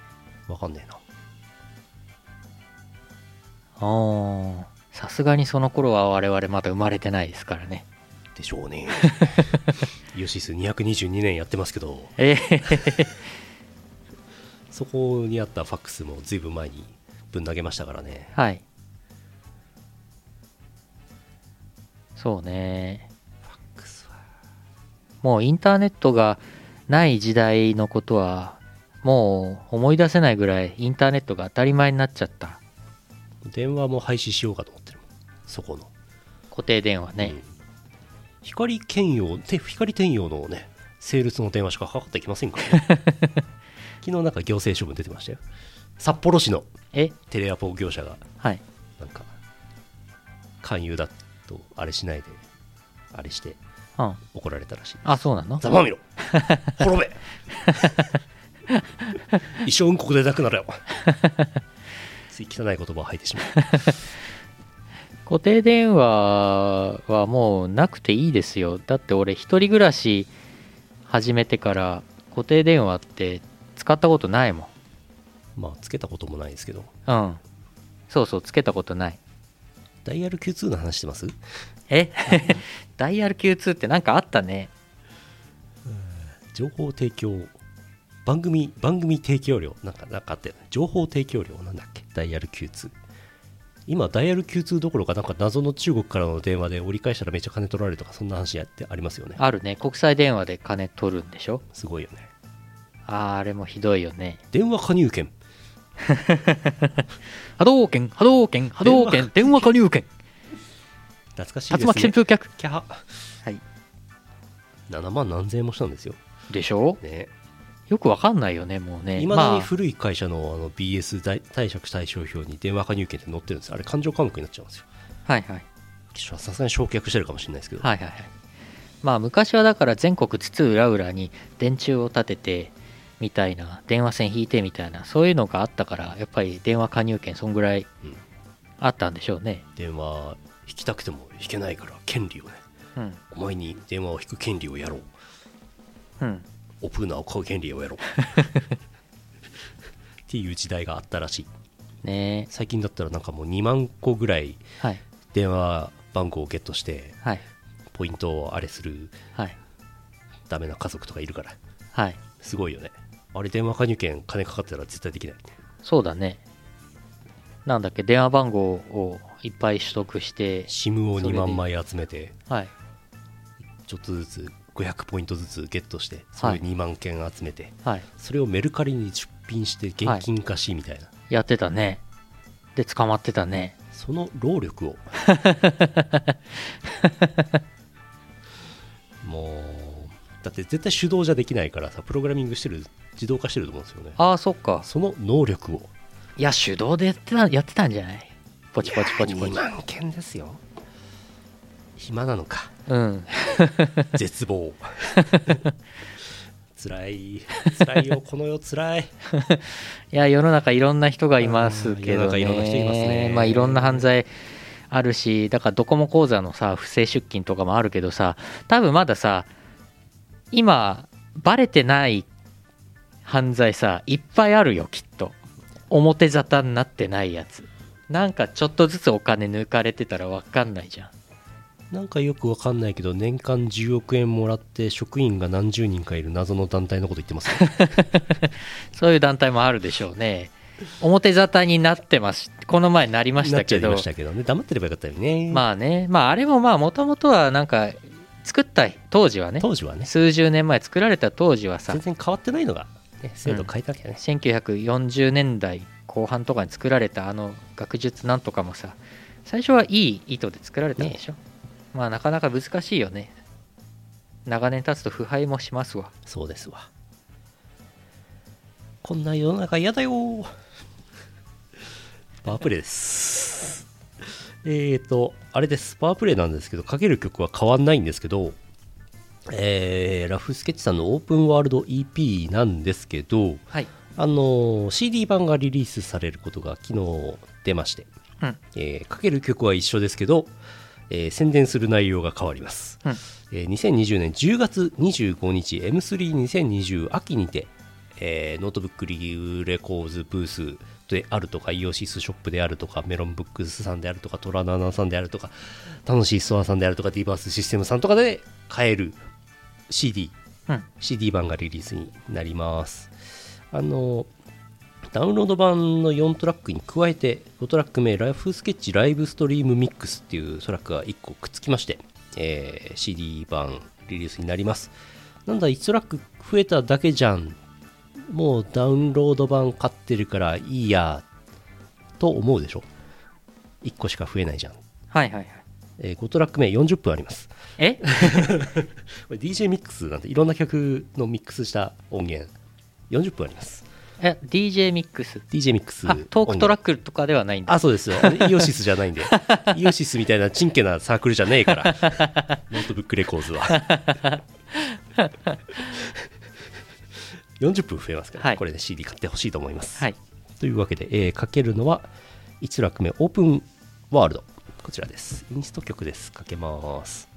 うわかんねえなああさすがにその頃は我々まだ生まれてないですからねでしょう ねイオシス222年やってますけどえーそこにあったファックスもずいぶん前にぶん投げましたからねはいそうねファックスはもうインターネットがない時代のことはもう思い出せないぐらいインターネットが当たり前になっちゃった電話も廃止しようかと思ってるもんそこの固定電話ねうん、光兼用て光転用のねセールスの電話しかかかってきませんから、ね、 昨日なんか行政処分出てましたよ札幌市のえテレアポ業者がはいなんか勧誘だとあれしないであれしてうん怒られたらしいあそうなのざまあ みろ滅べ一生うんこくでな くなれよつい汚い言葉を吐いてしまう固定電話はもうなくていいですよだって俺一人暮らし始めてから固定電話って使ったことないもんまあつけたこともないですけどうんそうそうつけたことないダイヤル Q2 の話してますえ ダイヤル Q2 ってなんかあったね情報提供番組番組提供料なんかなんかあって情報提供料なんだっけダイヤル Q2 今ダイヤル Q2 どころかなんか謎の中国からの電話で折り返したらめっちゃ金取られるとかそんな話やってありますよねあるね国際電話で金取るんでしょすごいよねあーあれもひどいよね電話加入券波動券波動券波動券電話加入券懐かしいです竜ね巻旋風客キャハはい7万何千円もしたんですよでしょねよくわかんないよねもうねいまだまあに古い会社のあの BS 大貸借対象表に電話加入券って載ってるんですよあれ勘定科目になっちゃうんですよはいはいちょっとさすがに焼却してるかもしれないですけど、はいはいはいまあ昔はだから全国津々浦々に電柱を立ててみたいな電話線引いてみたいなそういうのがあったからやっぱり電話加入券そんぐらいうんあったんでしょうね電話引きたくても引けないから権利をねうんお前に電話を引く権利をやろううんオプーナーを買う権利をやろうっていう時代があったらしいね最近だったらなんかもう2万個ぐらいえはい電話番号をゲットしてはいポイントをあれするはいダメな家族とかいるからはいすごいよねあれ電話加入券金かかってたら絶対できないそうだねなんだっけ電話番号をいっぱい取得して、 SIM を2万枚集めてはい、ちょっとずつ500ポイントずつゲットしてそれはい2万件集めてはい、それをメルカリに出品して現金化しみたいな、やってたねで捕まってたねその労力を もうだって絶対手動じゃできないからさプログラミングしてる自動化してると思うんですよねああそっかその能力をいや手動でやってたやってたんじゃないポチポチポチポいチやー2万件ですよ暇なのかうん絶 望つらいつらいよこの世つらいいや世の中いろんな人がいますけどうん世の中いろんな人いますねねまあいろんな犯罪あるしだからドコモ口座のさ不正出金とかもあるけどさ多分まださ今バレてない犯罪さいっぱいあるよきっと表沙汰になってないやつなんかちょっとずつお金抜かれてたら分かんないじゃんなんかよくわかんないけど年間10億円もらって職員が何十人かいる謎の団体のこと言ってますねそういう団体もあるでしょうね表沙汰になってますこの前なりましなたっちゃけいどましたけどね黙ってればよかったよねまあね、まああれもまあもともとはなんか作った当時はね、当時はね数十年前作られた当時はさ全、然変わってないのが、ね、制度変えたわけだね、 1940年代後半とかに作られたあの学術なんとかもさ、最初はいい意図で作られたんでしょ。まあなかなか難しいよね。長年経つと腐敗もしますわ。そうですわこんな世の中嫌だよーパワープレイですえーとあれですパワープレイなんですけどかける曲は変わんないんですけどえーラフスケッチさんのオープンワールド EP なんですけどはい。あのー CD 版がリリースされることが昨日出まして、うんえーかける曲は一緒ですけど、えー宣伝する内容が変わります、うんえー2020年10月25日 M32020 秋にて、えーノートブックリューレコーズブースであるとか、イオシスショップであるとか、メロンブックスさんであるとか、トラナナさんであるとか、楽しいストアさんであるとか、ディバースシステムさんとかで買える CD、うん、 CD 版がリリースになります。あの、ダウンロード版の4トラックに加えて、5トラック目、ライフスケッチライブストリームミックスっていうトラックが1個くっつきまして、えー CD 版リリースになります。なんだ、1トラック増えただけじゃん。もうダウンロード版買ってるからいいや、と思うでしょ。1個しか増えないじゃん。はいはいはいえ5トラック目40分あります。 えこれ DJ ミックスなんていろんな曲のミックスした音源40分ありますえ DJ ミックス DJ ミックスあトークトラッククとかではないんだあそうですよあのイオシスじ ゃないんでイオシスみたいなちんけなサークルじゃねえからノートブックレコーズは40分増えますから、はいこれで CD 買ってほしいと思います、はいというわけで、えーかけるのは1楽目オープンワールドこちらですインスト曲ですかけます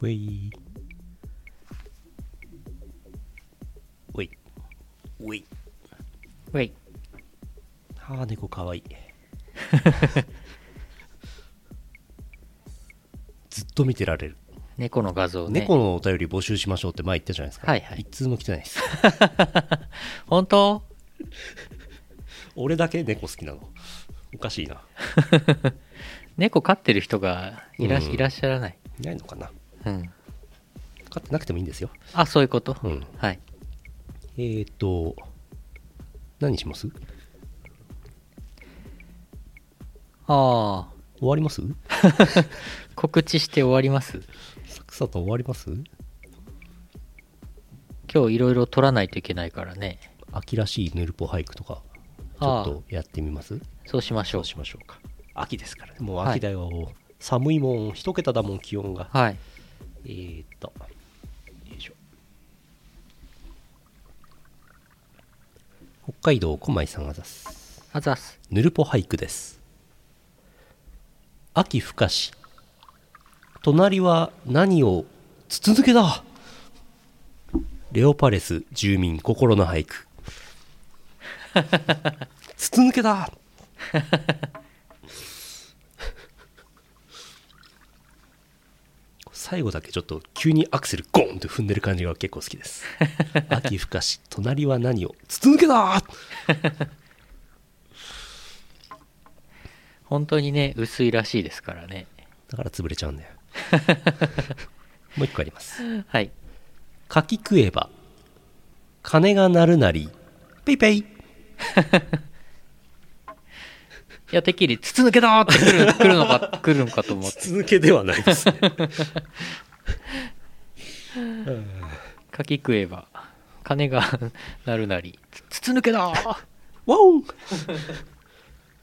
うい。うい。うい。ウェイああ、猫か わいい。ずっと見てられる。猫の画像ね猫のお便り募集しましょうって前言ったじゃないですか。はいはい一通も来てないです。本当俺だけ猫好きなの。おかしいな。猫飼ってる人がいら,、うんいらっしゃらない、いないのかな。うん、飼ってなくてもいいんですよ。あそういうこと、うんはいえーと、何しますああ終わります告知して終わりますサクサと終わります今日いろいろ撮らないといけないからね秋らしいヌルポ俳句とか、ちょっとやってみますそうしましょどううしましょうか秋ですからねもう秋だよ、寒いもん一桁だもん気温がはいえー、っとよいしょ北海道小舞さんが出すあざっすぬるぽ俳句です秋深し隣は何を筒抜けだレオパレス住民心の俳句筒抜けだ最後だけちょっと急にアクセルゴンと踏んでる感じが結構好きです秋深し隣は何を筒抜けだ本当にね薄いらしいですからねだから潰れちゃうんだよ もう一個ありますはい柿食えば鐘が鳴るなりペイペイいやてっきり筒抜けだーって くる来るのか来るのかと思って筒抜けではないですね柿食えば金が鳴るなりつ筒抜けだー ワオン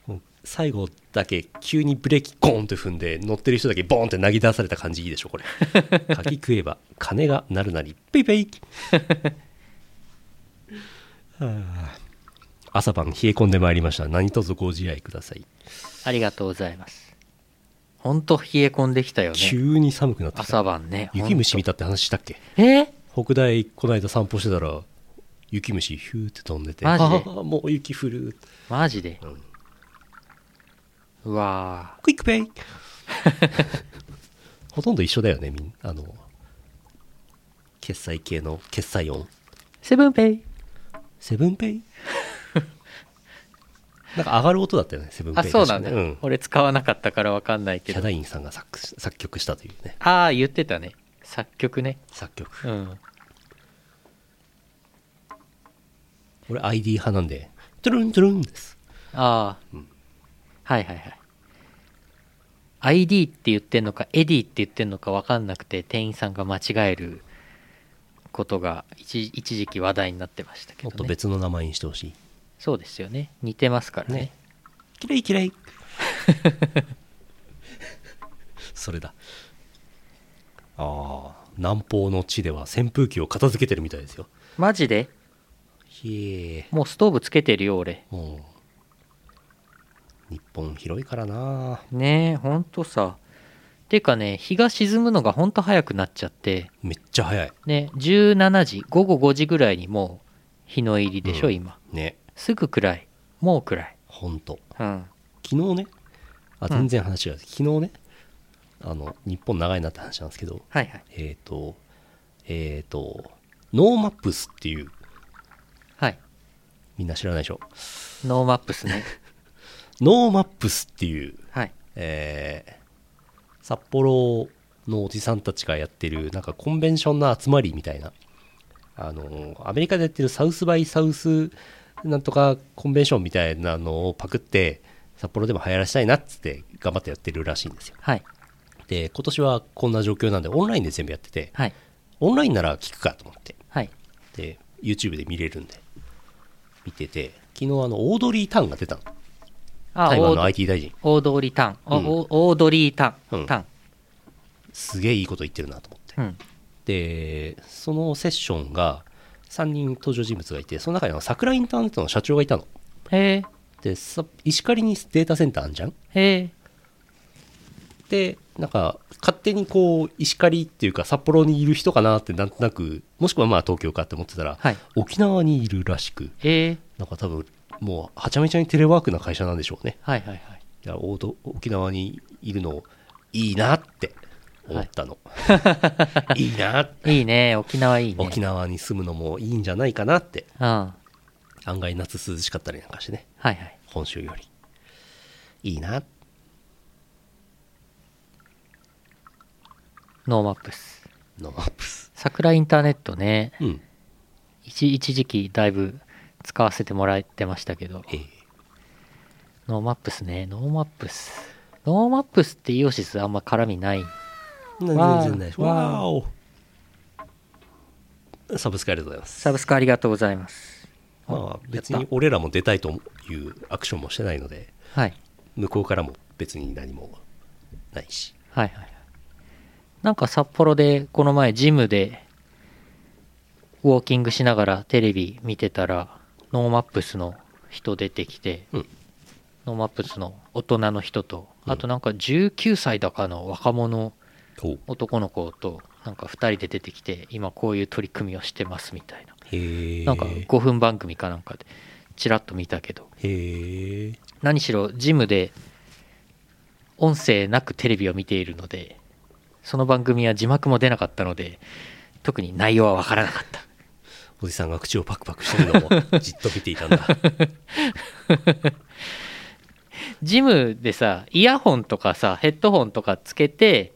もう最後だけ急にブレーキゴーンと踏んで乗ってる人だけボーンって投げ出された感じいいでしょこ れ柿食えば金が鳴るなりペイ ペイはあ朝晩冷え込んでまいりました何卒ご自愛くださいありがとうございますほんと冷え込んできたよね急に寒くなってきた朝晩ね雪虫ほん見たって話したっけとえー北大この間散歩してたら雪虫ヒューって飛んでてマジでああもう雪降るマジでうんうわクイックペイ ほとんど一緒だよねみんあの決済系の決済音ーセブンペイセブンペイ なんか上がる音だったよねセブンペあイそうなんだ、確かねうん、俺使わなかったからわかんないけヒャどダインさんが作詞作曲したというねああ言ってたね作曲ね作曲うん俺 ID 派なんでトゥルントゥルンですああ、うんはいはいはい。ID って言ってんのか、エディって言ってんのか分かんなくて、店員さんが間違えることが一一時期話題になってましたけもっとど、ね。別の名前にしてほしそうですよね。似てますからいね。ねキレイキレイ それだああ南方の地では扇風機を片付けてるみたいですよマジでひえもうストーブつけてるよ、俺。もう日本広いからなねえ、ほんとさ。てかね、日が沈むのがほんと早くなっちゃって、めっちゃ早いね、17時、午後5時ぐらいにもう日の入りでしょ、うん今。ねすぐ暗い。もう暗い。ほんとうん。昨日ねあうん全然話が、う昨日ねあの日本長いなって話なんですけどはいはい。えっ、とえっ、とノーマップスっていうはい。みんな知らないでしょノーマップ スね。ノーマップスっていうはい。えー札幌のおじさんたちがやってるなんかコンベンションの集まりみたいなあのアメリカでやってるサウスバイサウスなんとかコンベンションみたいなのをパクって札幌でも流行らせたいなっつって頑張ってやってるらしいんですよはい。で今年はこんな状況なんでオンラインで全部やっててはい。オンラインなら聞くかと思ってはい。で YouTube で見れるんで見てて昨日あのオードリー・タンが出たのあ、台湾の大 IT 大臣大通りタン。あうんお大通りタうン。んタン。すげえいいこと言ってるなと思ってうん。でそのセッションが3人登場人物がいてその中にあの桜インターネットの社長がいたのへでさ石狩にデータセンターあんじゃんえ、へえ、でなんか勝手にこう石狩っていうか札幌にいる人かなってなんとなくもしくはまあ東京かって思ってたら、はい沖縄にいるらしくへえ、なんか多分もうはちゃめちゃにテレワークな会社なんでしょうねはいはいはい。だからおど沖縄にいるのいいなって思ったの、い、いなっ ていいね、沖縄いいね。沖縄に住むのもいいんじゃないかなってうん。は案外夏涼しかったりなんかしてねいはい。本州よりいいなノーマップス。ノーマップス桜インターネットね、うん一一時期だいぶ使わせてもらってましたけど、ええノーマップスね、ノーマップス。ノーマップスってイオシスあんま絡みない。わー全然ないわわーおサブスクありがとうございますサブスクありがとうございます。まあ別やにった俺らも出たいというアクションもしてないのではい。向こうからも別に何もないしはいはいはい。なんか札幌でこの前ジムでウォーキングしながらテレビ見てたらノーマップスの人出てきて、うんノーマップスの大人の人とうんあとなんか19歳だかの若者おへ男の子となんか2人で出てきて今こういう取り組みをしてますみたいなえなんか5分番組かなんかでちらっと見たけどへえ何しろジムで音声なくテレビを見ているのでその番組は字幕も出なかったので特に内容は分からなかったおじさんが口をパクパクしてるのをじっと見て いたんだジムでさイヤホンとかさヘッドホンとかつけて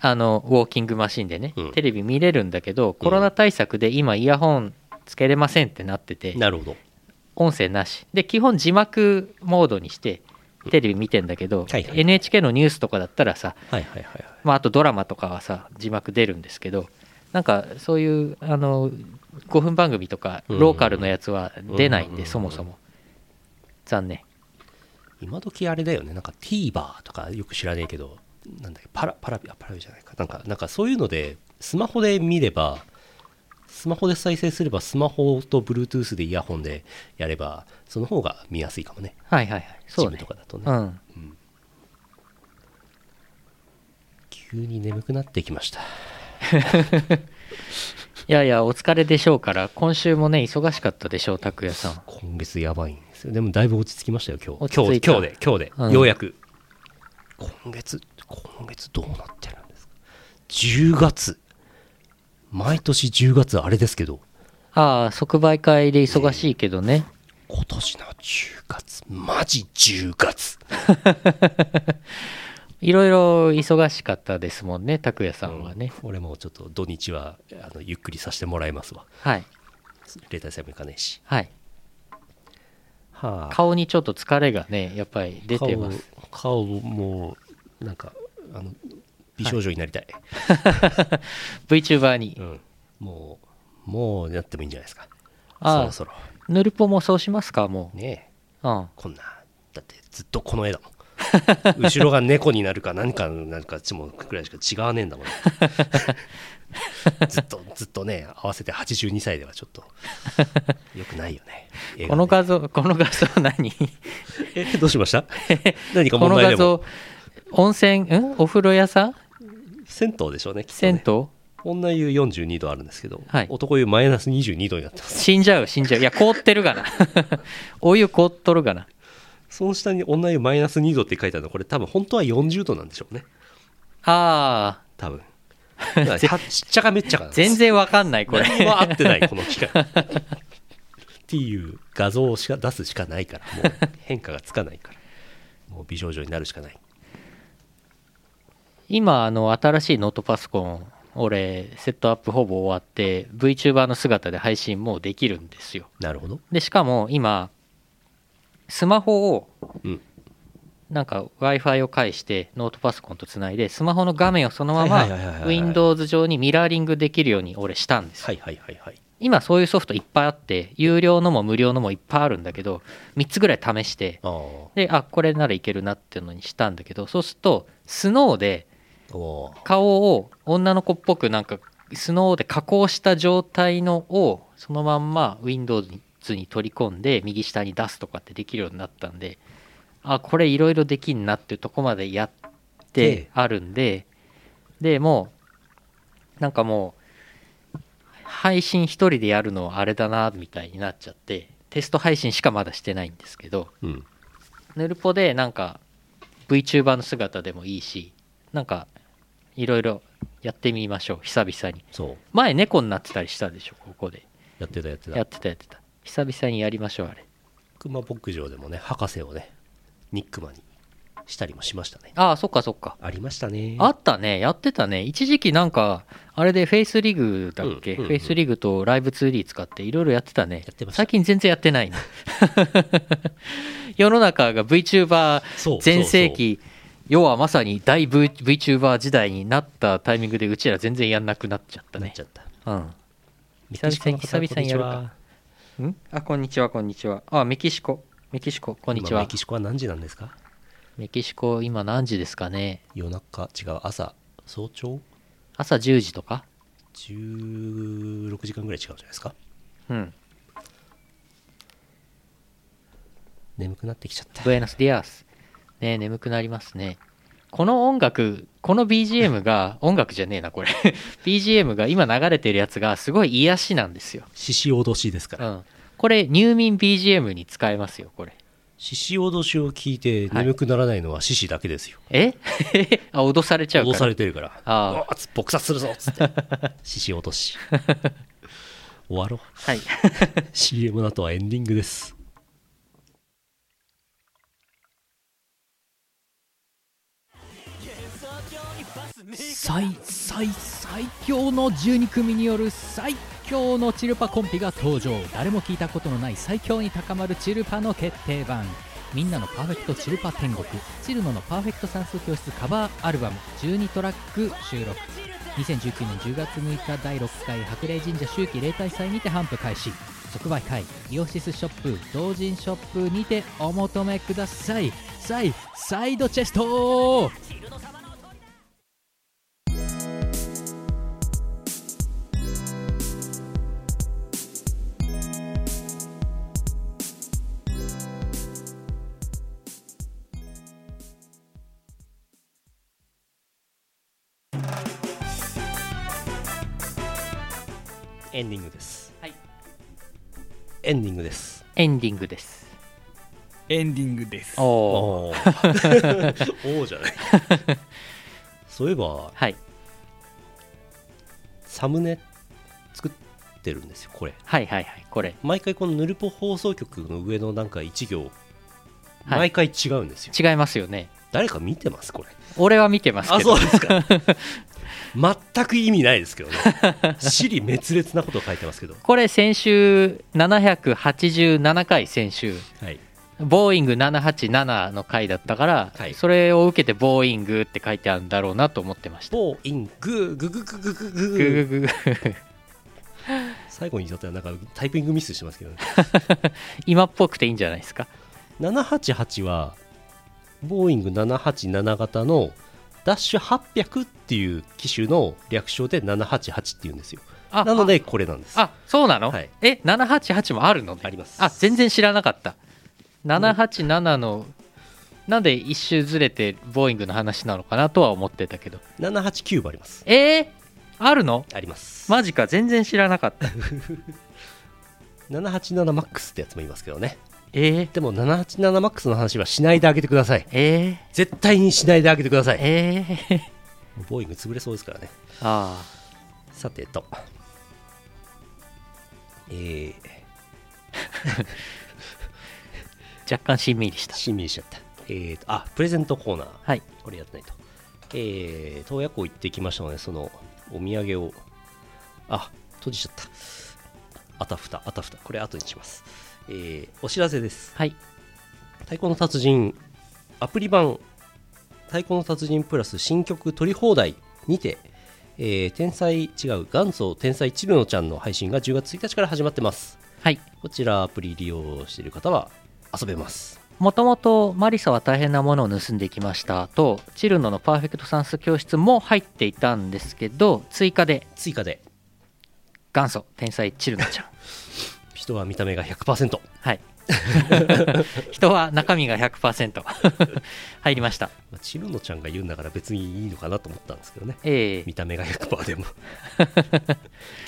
あのウォーキングマシンでね、うんテレビ見れるんだけどコロナ対策で今イヤホンつけれませんってなってて、なるほど音声なしで基本字幕モードにしてテレビ見てんだけど、はいはい NHK のニュースとかだったらさ、はいはいはいはいまあ、あとドラマとかはさ字幕出るんですけどなんかそういうあの5分番組とかうんローカルのやつは出ないんで、うんそもそも残念今時あれだよねなんか TVer とかよく知らねえけどなんだっけパラパラビあパラビじゃないかなんかなんかそういうのでスマホで見ればスマホで再生すればスマホと Bluetooth でイヤホンでやればその方が見やすいかもねはいはいはいそうジムねとかだとね、うん急に眠くなってきましたいやいやお疲れでしょうから今週もね忙しかったでしょう拓也さん今月やばいんですよでもだいぶ落ち着きましたよ今落日ち今着日いた今日で今日で、うんようやく今月今月どうなってるんですか10月毎年10月あれですけどああ即売会で忙しいけどね、今年の10月マジ10月いろいろ忙しかったですもんね拓也さんはね、俺もちょっと土日はあのゆっくりさせてもらいますわはい例大祭も行かねえしはいは顔にちょっと疲れがねやっぱり出てます顔顔もうなんかあの美少女になりたい、 VTuber に、うん、もうもうなってもいいんじゃないですかあそあろそろヌルポもそうしますかもねえう、うん、こんなだってずっとこの絵だもん 後ろが猫になるか何かなんかちもくらいしか違わね えんだもんずっとずっとね合わせて82歳ではちょっとよくないよね絵が ねこの画像この画像何えどうしました 何かこ問の題画でも像温泉んお風呂屋さん銭湯でしょうねきっと銭湯、ね女湯42度あるんですけど、はい男湯マイナス22度になってます死んじゃう死んじゃういや凍ってるがな お湯凍っとるがなその下に女湯マイナス2度って書いてあるのこれ多分本当は40度なんでしょうねあ 多分だからちっちゃかめっちゃかなーんです全然わかんないこれ 何も合 ってないこの機械っていう画像をしか出すしかないからも う変化がつかないからもう美少女になるしかない今あの新しいノートパソコン俺セットアップほぼ終わって VTuber の姿で配信もうできるんですよなるほどでしかも今スマホをうんなんか w i f i を介してノートパソコンとつないでスマホの画面をそのまはまいはいはいはいはい Windows 上にミラーリングできるように俺したんですよはいはいはいはい今そういうソフトいっぱいあって有料のも無料のもいっぱいあるんだけど3つぐらい試してああであこれならいけるなっていうのにしたんだけどそうするとスノーでおー顔を女の子っぽくなんかスノーで加工した状態のをそのまんま Windows に取り込んで右下に出すとかってできるようになったんであこれいろいろできんなっていうとこまでやってであるんででもうなんかもう配信一人でやるのはあれだなみたいになっちゃってテスト配信しかまだしてないんですけどうんヌルポでなんか VTuber の姿でもいいしなんかいろいろやってみましょう久々にそう前猫になってたりしたでしょここでやってたやってやたってたやってた久々にやりましょうあれ熊牧場でもね博士をねニックマンにしたりもしましたねああそっかそっかありましたねあったねやってたね一時期なんかあれでフェイスリグだっけ、うんうんうんフェイスリグとライブ 2D 使っていろいろやってたねやってました最近全然やってないね 世の中が VTuber そう全盛期要はまさに大 v VTuber 時代になったタイミングでうちら全然やんなくなっちゃったそうそうなっねちゃったうん久々に久々にやるかんあこんにちはこんにちはあメキシコメキシコここんんににちちは今はメキシコは何時なんですかメキシコ今何時ですかね夜中違う朝早朝朝10時とか16時間ぐらい違うじゃないですかうん眠くなってきちゃったブエナスディアスねえ眠くなりますねこの音楽この BGM が音楽じゃねえなこれ BGM が今流れてるやつがすごい癒しなんですよ、獅子脅しですかうら、ん、これ入眠 BGM に使えますよこれ獅子脅しを聞いてはい眠くならないのは獅子だけですよ、え あ脅されちゃう脅かさられてるからああうわつっ撲殺するぞっつって 獅子落とし終わろうはい CM の後はエンディングです最最最強の12組による最強のチルパコンピが登場誰も聞いたことのない最強に高まるチルパの決定版みんなのパーフェクトチルパ天国チルノのパーフェクト算数教室カバーアルバム12トラック収録2019年10月6日第6回白麗神社秋季例大祭にて頒布開始即売会イオシスショップ同人ショップにてお求めくださいサイサイドチェストエンディングですはいエンディングですエンディングですエンディングですおお おーおーじゃないそういえばはいサムネ作ってるんですよこれはいはいはいこれ毎回このヌルポ放送局の上のなんか1行はい毎回違うんですよ、違いますよね誰か見てますこれ俺は見てますあけそどうですか全く意味ないですけどね尻滅裂なことを書いてますけどこれ先週787回先週はいボーイング787の回だったから、はいそれを受けてボーイングって書いてあるんだろうなと思ってましたボーイングーグググググググググググ最後に至ってはなんかタイピングミスしてますけどね 今っぽくていいんじゃないですか788はボーイング787型のダッシュ800っていう機種の略称で788っていうんですよあなのでこれなんですああそうなの、はいえ788もあるのねありますあ全然知らなかった787のなんで一周ずれてボーイングの話なのかなとは思ってたけど789もありますえー、あるのありますマジか全然知らなかった 787マックスってやつもいますけどねえー、でも787マックスの話はしないであげてくださいえ絶対にしないであげてくださー、いえー、ボーイング潰れそうですからねあさてとえー、あ若干しんみりしたしんみりしちゃったえーとあプレゼントコーナーはいこれやってないとえー、洞爺湖行ってきましたのでそのお土産をあ閉じちゃったあたふたあたふたこれ後にしますえー、お知らせですはい太鼓の達人アプリ版太鼓の達人プラス新曲取り放題にて、えー天才違う元祖天才チルノちゃんの配信が10月1日から始まってますはいこちらアプリ利用している方は遊べますもともとマリサは大変なものを盗んできましたとチルノのパーフェクト算数教室も入っていたんですけど追加で追加で元祖天才チルノちゃん人は見た目が100% はい人は中身が100% 入りましたまあチルノちゃんが言うんだから別にいいのかなと思ったんですけどねええ見た目が100%でも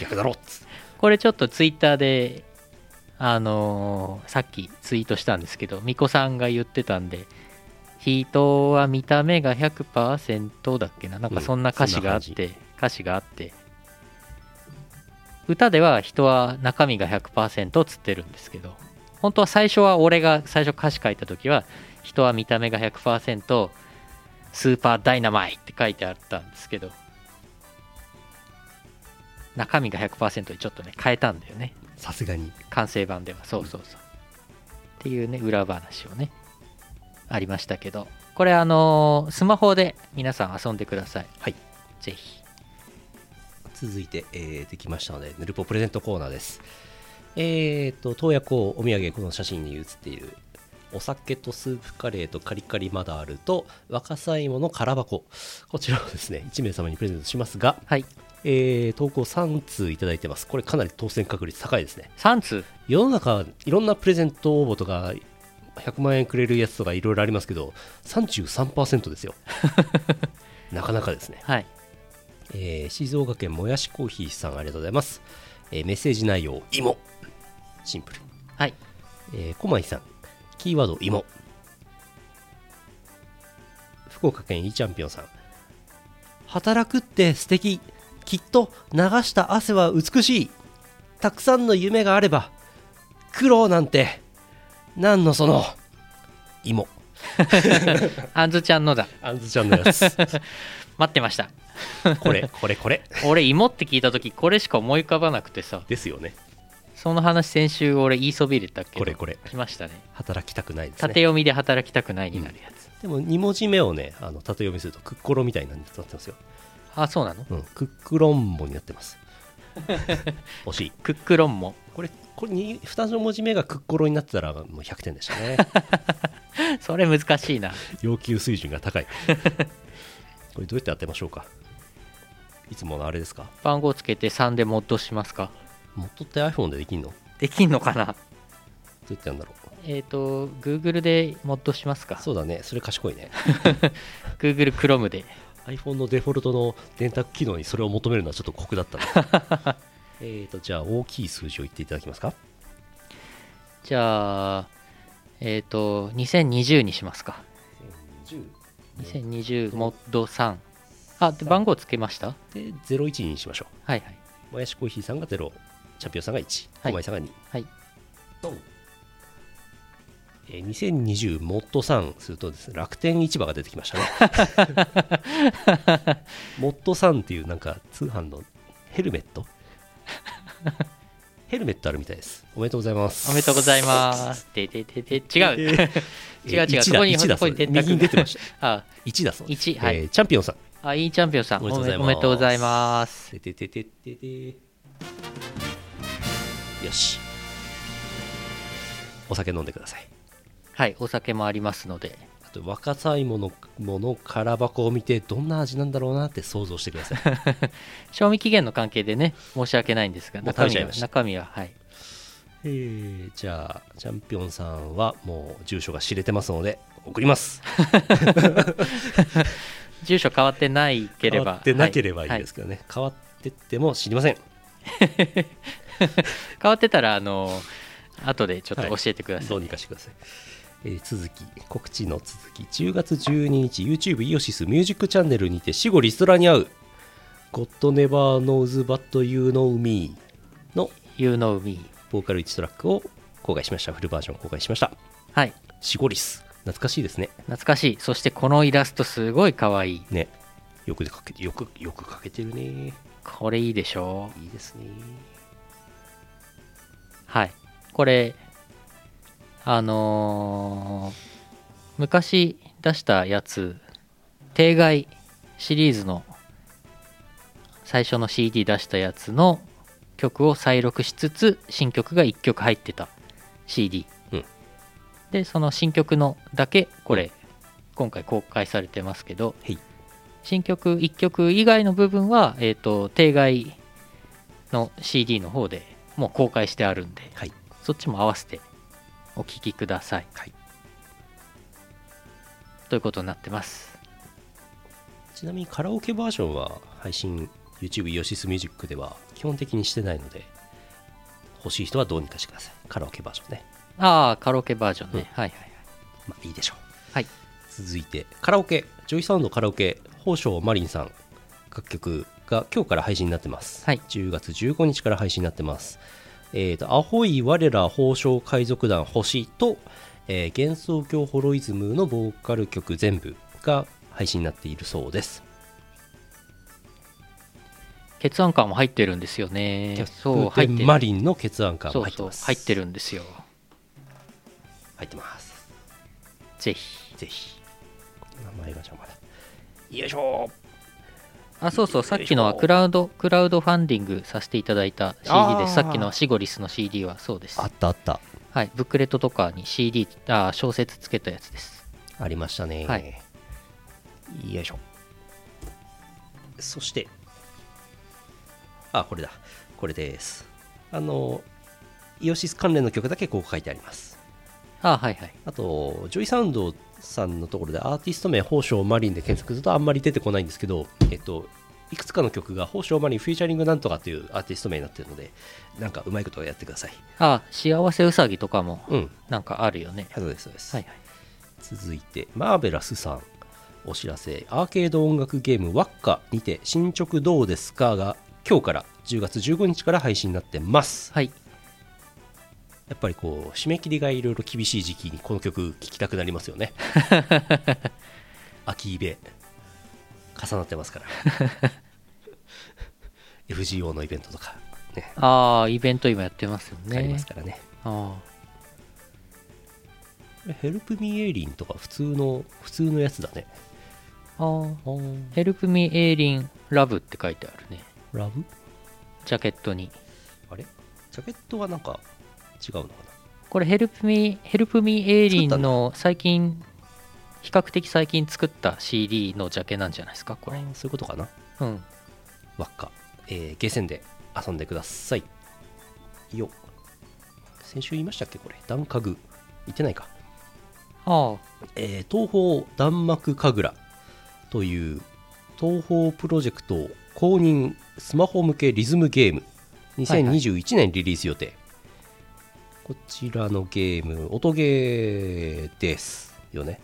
逆だろっつってこれちょっとツイッターであのーさっきツイートしたんですけど巫女さんが言ってたんで人は見た目が100%だっけななんかそんな歌詞があっうんそんて、歌詞があって歌では人は中身が100%っつってるんですけど本当は最初は俺が最初歌詞書いた時は人は見た目が100%スーパーダイナマイって書いてあったんですけど中身が100%にちょっとね変えたんだよねさすがに完成版ではそうそうそうっていうね裏話をねありましたけどこれあのースマホで皆さん遊んでくださいはいぜひ続いて、えーできましたのでヌルポプレゼントコーナーですえっ、と洞爺湖お土産この写真に写っているお酒とスープカレーとカリカリマダールと若さ芋の空箱こちらをですね1名様にプレゼントしますが、はいえー投稿3通いただいてますこれかなり当選確率高いですね3通世の中いろんなプレゼント応募とか100万円くれるやつとかいろいろありますけど33%ですよなかなかですねはいえー静岡県もやしコーヒーさんありがとうございます、えーメッセージ内容芋シンプル、はいえー、小牧さんキーワード芋福岡県いチャンピオンさん働くって素敵きっと流した汗は美しいたくさんの夢があれば苦労なんて何のその芋あんずちゃんのだあんずちゃんのやつ待ってましたこれこれこれ俺芋って聞いた時これしか思い浮かばなくてさですよねその話先週俺言いそびれたけどこれこれ来ましたね働きたくないです縦ね読みで働きたくないになるやつ、でも2文字目をねあの縦読みするとクッコロみたいになってますよ、あそうなのうん、クックロンボになってます 惜しいクックロンもこれこれ 2, 2文字目がクッコロになってたらもう100点でした ねそれ難しいな要求水準が高いこれどうやって当てましょうかいつものあれですか番号つけて3でモッドしますかもっとって iPhone でできんのどできんのかなうやってやんだろえっ、と Google でモッドしますうかそうだねそれ賢いね Google Chrome で iPhone のデフォルトの電卓機能にそれを求めるのはちょっと酷だ ったなえーとじゃあ大きい数字を言っていただけますかじゃあえっ、と2020にしますか2020モッド3あで番号つけましたで01にしましょはいはい、うもやしコーヒーさんが0チャンピオンさんが1はいお前さんが2はい、ドンえー2020モッド3するとですね楽天市場が出てきましたね モッド3っていうなんか通販のヘルメ ットヘルメットあるみたいですおめでとうございますおめでとうござい ますでででで違う、えー 違う違う1こだこに1だここにそれ電卓右に出てまし たあ1だそうです1はいえーチャンピオンさんあいいチャンピオンさんおおめでとうございめますおめでとうございますててててててよしお酒飲んでくださいはいお酒もありますので あと若さいものもの空箱を見てどんな味なんだろうなって想像してくださ い賞味期限の関係でね申し訳ないんですがもう中身食べちゃいはました中身ははいえーじゃあチャンピオンさんはもう住所が知れてますので送 ります住所変わってないければ変わってなければいいですはけどね、変わってっても知りませんい変わってたらあの後でちょっと教えてください、どうにかしてください、えー続き告知の続き10月12日 YouTube イオシスミュージックチャンネルにて死後リストラに会う「God Never Knows But You Know Me」の You know me ボーカル1トラックを公開しましたフルバージョンを公開しましたはい死後リス懐かしいですね懐かしいそしてこのイラストすごい可愛いねよくかけよくよくかけてるねこれいいでしょいいですねはいこれあのー昔出したやつ定外シリーズの最初の CD 出したやつの曲を再録しつつ新曲が1曲入ってた CD、うんでその新曲のだけこれ今回公開されてますけど、はい新曲1曲以外の部分は、えー、と定外の CD の方でもう公開してあるんではいそっちも合わせてお聴きください、はいということになってますちなみにカラオケバージョンは配信 YouTube イオシスミュージックでは基本的にしてないので欲しい人はどうにかしてくださいカラオケバージョンねああカラオケバージョンね、うんはいはいはいまあいいでしょうはい続いてカラオケジョイサウンドカラオケ宝生マリンさん楽曲が今日から配信になってます、はい10月15日から配信になってますえっ、と「アホイ我ら宝生海賊団星」と、えー幻想郷ホロイズムのボーカル曲全部が配信になっているそうです血案感も入ってるんですよねキそうャプ入っテてンるマリンの決案感そもう入ってそうます入ってるんですよ入ってますぜひぜひ名前が邪魔だよいしょあそうそうさっきのはクラウドクラウドファンディングさせていただいた CD あーでさっきのシゴリスの CD はそうですあったあったはいブックレットとかに CD あー小説つけたやつですありましたね、はいよいしょそしてあこれだこれですあのイオシス関連の曲だけこう書いてありますあーはいはいあとジョイサウンドさんのところでアーティスト名宝生マリンで検索するとあんまり出てこないんですけどえっといくつかの曲が宝生マリンフィーチャリングなんとかというアーティスト名になってるのでなんかうまいことやってくださいあ幸せうさぎとかもうんなんかあるよねそうですそうです、はいはい続いてマーベラスさんお知らせアーケード音楽ゲーム「ワッカにて進捗どうですかが今日から10月15日から配信になってますはいやっぱりこう締め切りがいろいろ厳しい時期にこの曲聴きたくなりますよ ね秋イベ重なってます から FGO のイベントとかねああイベント今やってますよありまねすからねあヘルプミエイリンとか普通の普通のやつだねあああヘルプミエイリンラブって書いてあるねラブジャケットにあれジャケットはなんか違うのかなこれヘルプミヘルプミエイリンの最近比較的最近作った CD のジャケなんじゃないですかこれあーそういうことかなうん輪っか、えー、ゲーセンで遊んでくださいよ先週言いましたっけこれ段家具言ってないか、ああえー東宝弾幕神楽という東宝プロジェクト公認スマホ向けリズムゲームはいはい2021年リリース予定、こちらのゲーム音ゲーですよね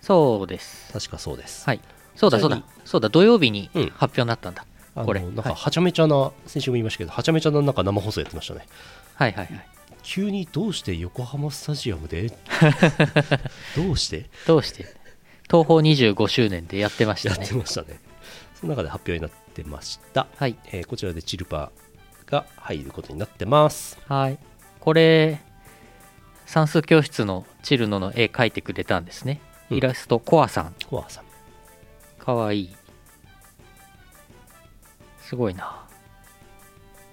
そうです確かそうです、はいそうだそうだそうだ土曜日にうん発表になったんだ、あのこれなんはいかはちゃめちゃな、先週も言いましたけどはちゃめちゃななんか生放送やってましたねはいはいはい急にどうして横浜スタジアム でどうしてどうして東宝25周年でやってましやたっねてましたねその中で発表になってました、はいえーこちらでチルパが入ることになってますはいこれ算数教室のチルノの絵描いてくれたんですね、うんイラストコアさんコアさんかわいいすごいな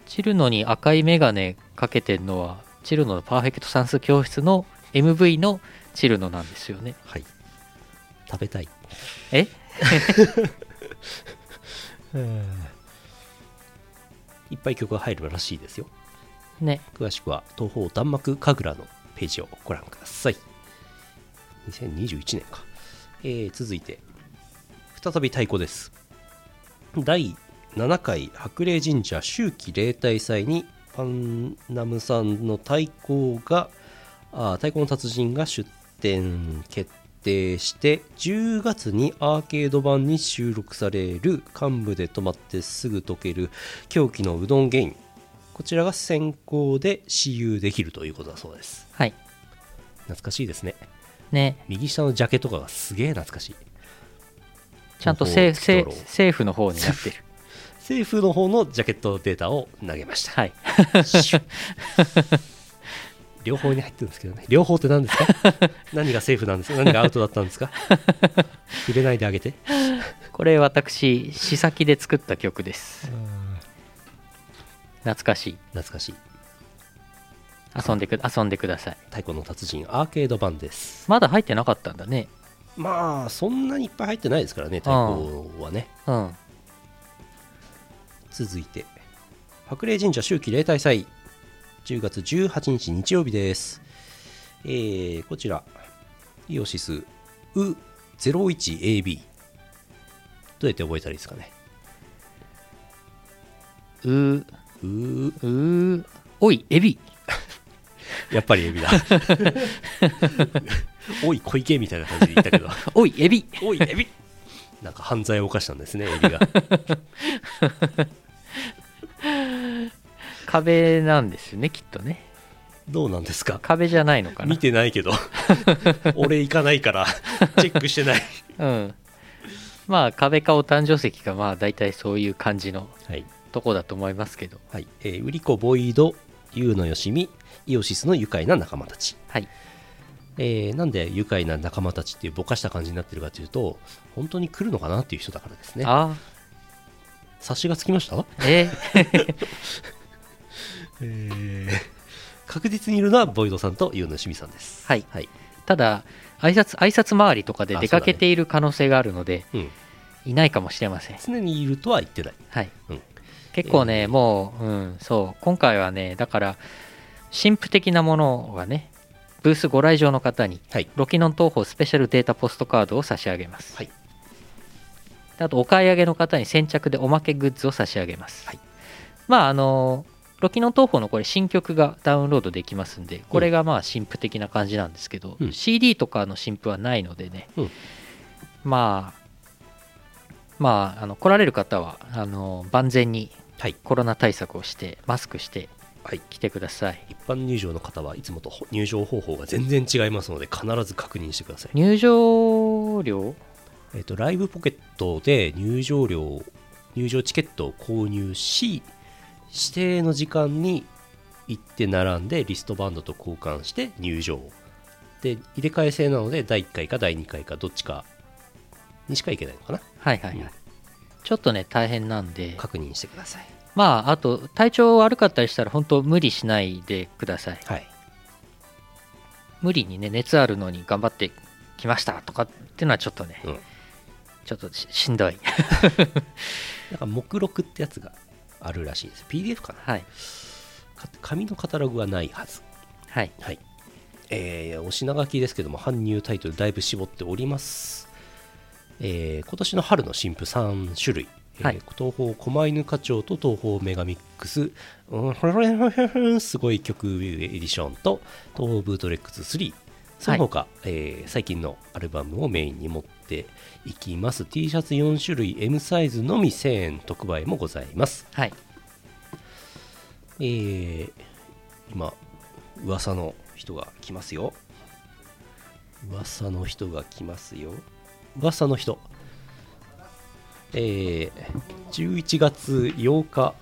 チルノに赤いメガネかけてんのはチルノのパーフェクト算数教室の MV のチルノなんですよねはい食べたいえいっぱい曲が入るらしいですよね詳しくは東方弾幕神楽のページをご覧ください2021年か、えー続いて再び太鼓です第7回白麗神社秋季例大祭にパンナムさんの太鼓があー太鼓の達人が出展決定して10月にアーケード版に収録される幹部で止まってすぐ溶ける狂気のうどんゲインこちらが先行で私有できるということだそうですはい懐かしいですねね右下のジャケとかがすげえ懐かしいちゃんとセ東宝セストロー政府の方にな ってる政府の方のジャケットデータを投げました はいシュッ両方に入ってるんですけどね両方って何ですか何がセーフなんですか何がアウトだったんですか入れないであげてこれ私試先で作った曲です懐かしい懐かしい遊んでく遊んでください太鼓の達人アーケード版ですまだ入ってなかったんだねまあそんなにいっぱい入ってないですからね太鼓はねうん続いて白麗神社秋季例大祭10月18日日曜日です、えーこちらイオシスう 01AB どうやって覚えたらいいですかねううーうおいエビ やっぱりエビだ おい小池みたいな感じで言ったけ どおいエビおいエビなんか犯罪を犯したんですねエビが壁なんですよねきっとねどうなんですか壁じゃないのかな見てないけ ど俺行かないからチェックしてないうんまあ壁かお誕生石かまあ大体そういう感じのはいとこだと思いますけどはい、えー、ウリコボイド、ユウのよしみ、イオシスの愉快な仲間たち。はいえーなんで愉快な仲間たちっていうぼかした感じになってるかというと、本当に来るのかなっていう人だからですね。あ察しがつきましたあえ 確実にいるのはボイドさんとユウのよしみさんです。はいはい。ただ挨拶挨拶回りとかであ出かけている可能性があるので、うん。いないかもしれません常にいるとは言ってない。はい、うん結構ね、もう、うん、そう今回はねだから神父的なものがねブースご来場の方にはい。ロキノン東宝スペシャルデータポストカードを差し上げます、はいあとお買い上げの方に先着でおまけグッズを差し上げます、はいまああのロキノン東宝のこれ新曲がダウンロードできますんでこれがまあ新譜的な感じなんですけど、うん CD とかの新譜はないのでね、うんまあまああの来られる方はあの万全にはいコロナ対策をしてマスクしてはい来てください一般入場の方はいつもと入場方法が全然違いますので必ず確認してください、入場料えっとライブポケットで入場料入場チケットを購入し指定の時間に行って並んでリストバンドと交換して入場で入れ替え制なので第1回か第2回かどっちかにしか行けないのかなはいはいはい、うんちょっとね大変なんで確認してくださいまああと体調悪かったりしたら本当無理しないでくださいはい無理にね熱あるのに頑張ってきましたとかっていうのはちょっとね、うんちょっとししんどい なんか目録ってやつがあるらしいです PDF かなはいか紙のカタログはないはずはいはい。えー、お品書きですけども、搬入タイトルだいぶ絞っております。えー、今年の春の新譜3種類。えーはい東方狛犬課長と東方メガミックス、うんふふふふふすごい曲エディションと東方ブートレックス3、その他、えー最近のアルバムをメインに持っていきます。T シャツ4種類 M サイズのみ1000円特売もございます。はいえー、今噂の人が来ますよ噂の人が来ますよ噂の人えー、11月8日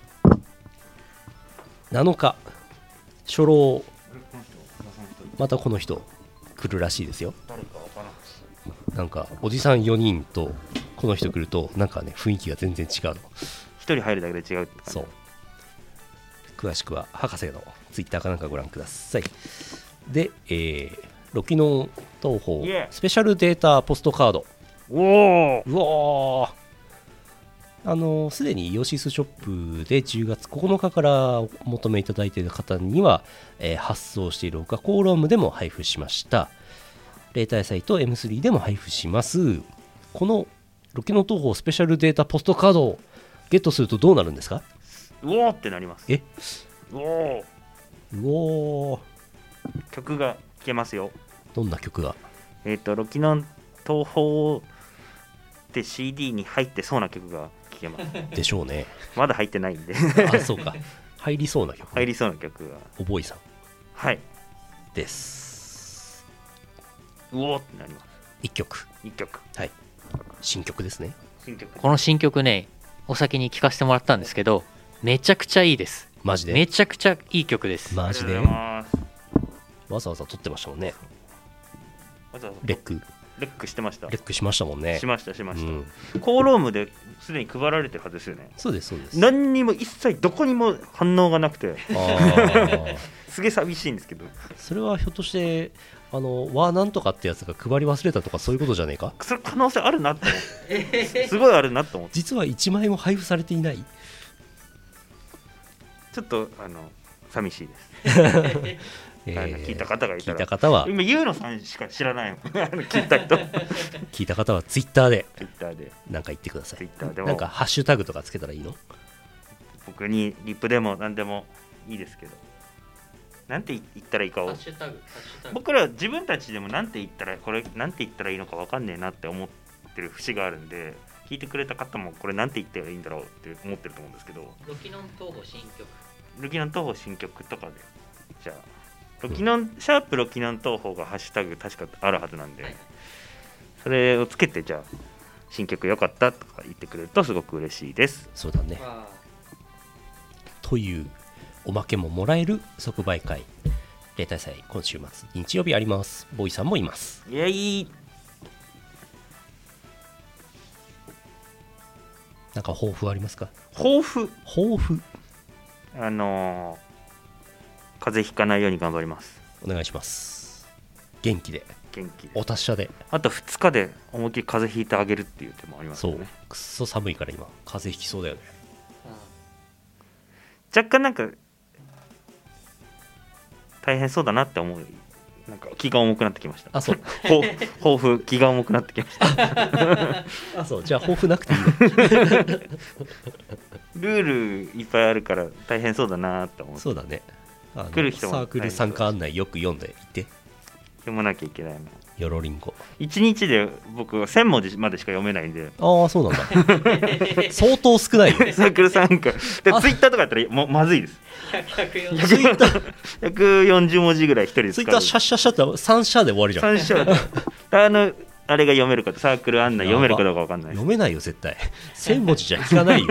7日初老またこの人来るらしいですよなんかおじさん4人とこの人来るとなんかね雰囲気が全然違うの一人入るだけで違うって感じそう詳しくは博士のツイッターかなんかご覧くださいで、えー、ロキノン東宝イエースペシャルデータポストカードおおうわーあのすでにイオシスショップで10月9日からお求めいただいている方には、えー発送しているほかコーロームでも配布しました例大祭と M3 でも配布しますこのロキノン東宝スペシャルデータポストカードをゲットするとどうなるんですかうおーってなりますえうおうーおー曲が聴けますよどんな曲がえっ、とロキノン東宝って CD に入ってそうな曲が聴 けますでしょう ねまだ入ってない んであそうか入りそうな曲入りそうな曲がおぼいさんはいですうおーってなります1曲一曲はい新曲ですね新曲この新曲ねお先に聴かせてもらったんですけどめちゃくちゃいいですマジめでちゃくちゃいい曲です、あマりジがとうごでざいわますざわざ撮ってましたもんねわざわざレックレックしてましたレックしましたもんねしましたしました、うんコーロームですでに配られてるはずですよねそうですそうです何にも一切どこにも反応がなくてあ ーすげえ寂しいんですけどそれはひょっとしてあの「わなんとか」ってやつが配り忘れたとかそういうことじゃねえかそれ可能性あるなって思って、すごいあるなって思って実は1枚も配布されていないちょっとあの寂しいです、えあのー聞いた方がい聞たいたら方は今ユーノさんしか知らないもんあの 聞いた人聞いた方はツイッターで Twitter でなんか言ってください Twitter でもなんかハッシュタグとかつけたらいいの僕にリップでも何でもいいですけどなんて言ったらいいかをシュタグハッシュタ僕ら自分たちでもなんて言ったらこれなんて言ったらいいのかわかんねえなって思ってる節があるんで聞いてくれた方もこれなんて言ったらいいんだろうって思ってると思うんですけどロキノン東宝新曲ロキノン東宝新曲とかでじゃあロキノン、シャープロキノン東宝がハッシュタグ確かあるはずなんで、それをつけてじゃあ新曲良かったとか言ってくれるとすごく嬉しいですそうだねというおまけももらえる即売会例大祭今週末日曜日ありますボーイさんもいますいやいいなんか抱負はありますか抱負抱負あのー風邪ひかないように頑張りますお願いします元気で元気でお達者であと2日で思いっきり風邪ひいてあげるっていう手もありますそようねくっそ寒いから今風邪ひきそうだよね 若干なんか大変そうだなって思うなんか気が重くなってきましたあそうほ 抱負気が重くなってきました あそうじゃあ抱負なくていいねルールいっぱいあるから大変そうだなーって思って そうだねあの来る人もサークル参加案内よく読んでいて読まなきゃいけないなよろりんこ1日で僕は1000文字までしか読めないんで ああそうなんだ相当少ないよサークル参加でツイあッターとかやったらもうまずいですツイッター140文字ぐらい一人でツ使イうッターシャッシャッシャッって3社で終わりじゃん三章だったあのあれが読めるかサークル案内読めるかどうかわかんないです読めないよ絶対1000文字 じゃ聞かない よ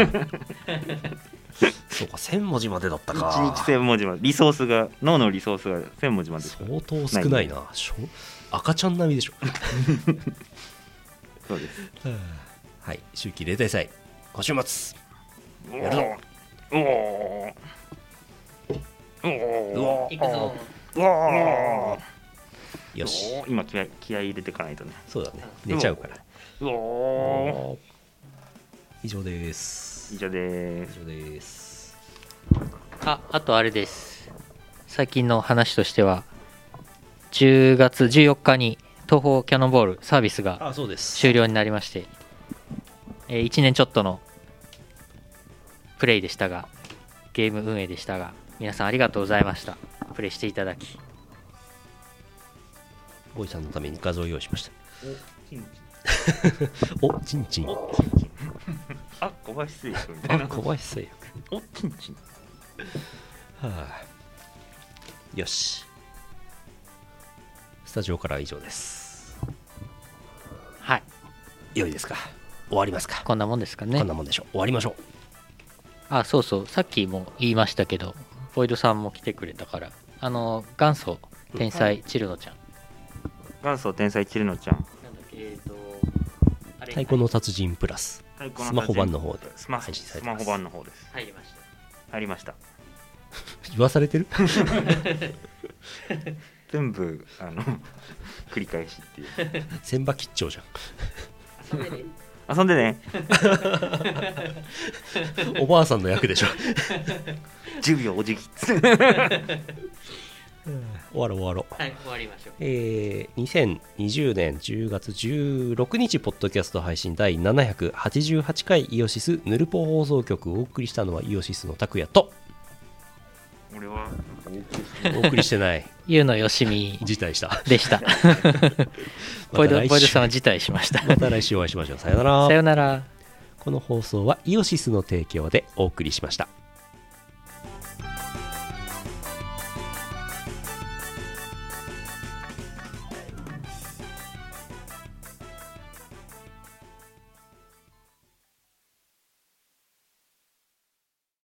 そうか1000文字までだった1か日1000文字までリソースが脳のリソースが1000文字までしか相当少ないなしょ赤ちゃん並みでしょそうですはい秋季例大祭今週末おやるぞおおおうおお行くぞおおよし今気合気合い入れていかないとねそうだね寝ちゃうからうお以上です以上で以す上ですああとあれです最近の話としては10月14日に東方キャノンボールサービスがあそうです終了になりまして、え1年ちょっとのプレイでしたがゲーム運営でしたが皆さんありがとうございましたプレイしていただきボイさんのために画像を用意しましたおちんちんおあ小林製薬 みちたんちいんな小林製薬おちんちんはあよしスタジオからは以上ですはい良いですか終わりますかこんなもんですかねこんなもんでしょう終わりましょうあそうそうさっきも言いましたけどボイドさんも来てくれたからあの元祖天才チルノちゃん、元祖天才チルノちゃんなんだっけえっ、とあれ太鼓の達人プラス太鼓スマホ版の方でスマ配信さスれてまマすホ版の方です入りましたありました言わされてる 全部あの 繰り返しっていう千葉吉兆じ 遊んでねゃんおばあさんの 役でしょ10秒お辞儀 終わろう終わろうはい終わりましょうえー、2020年10月16日、ポッドキャスト配信第788回イオシスヌルポ放送局をお送りしたのはイオシスの拓也と、俺はお送りして ない、ゆうのよしみ辞 退した。でしたまボイドたボイド来週さんは辞退しましたまた来週お会いしましょう。さよならさ。よならこの放送はイオシスの提供でお送りしました。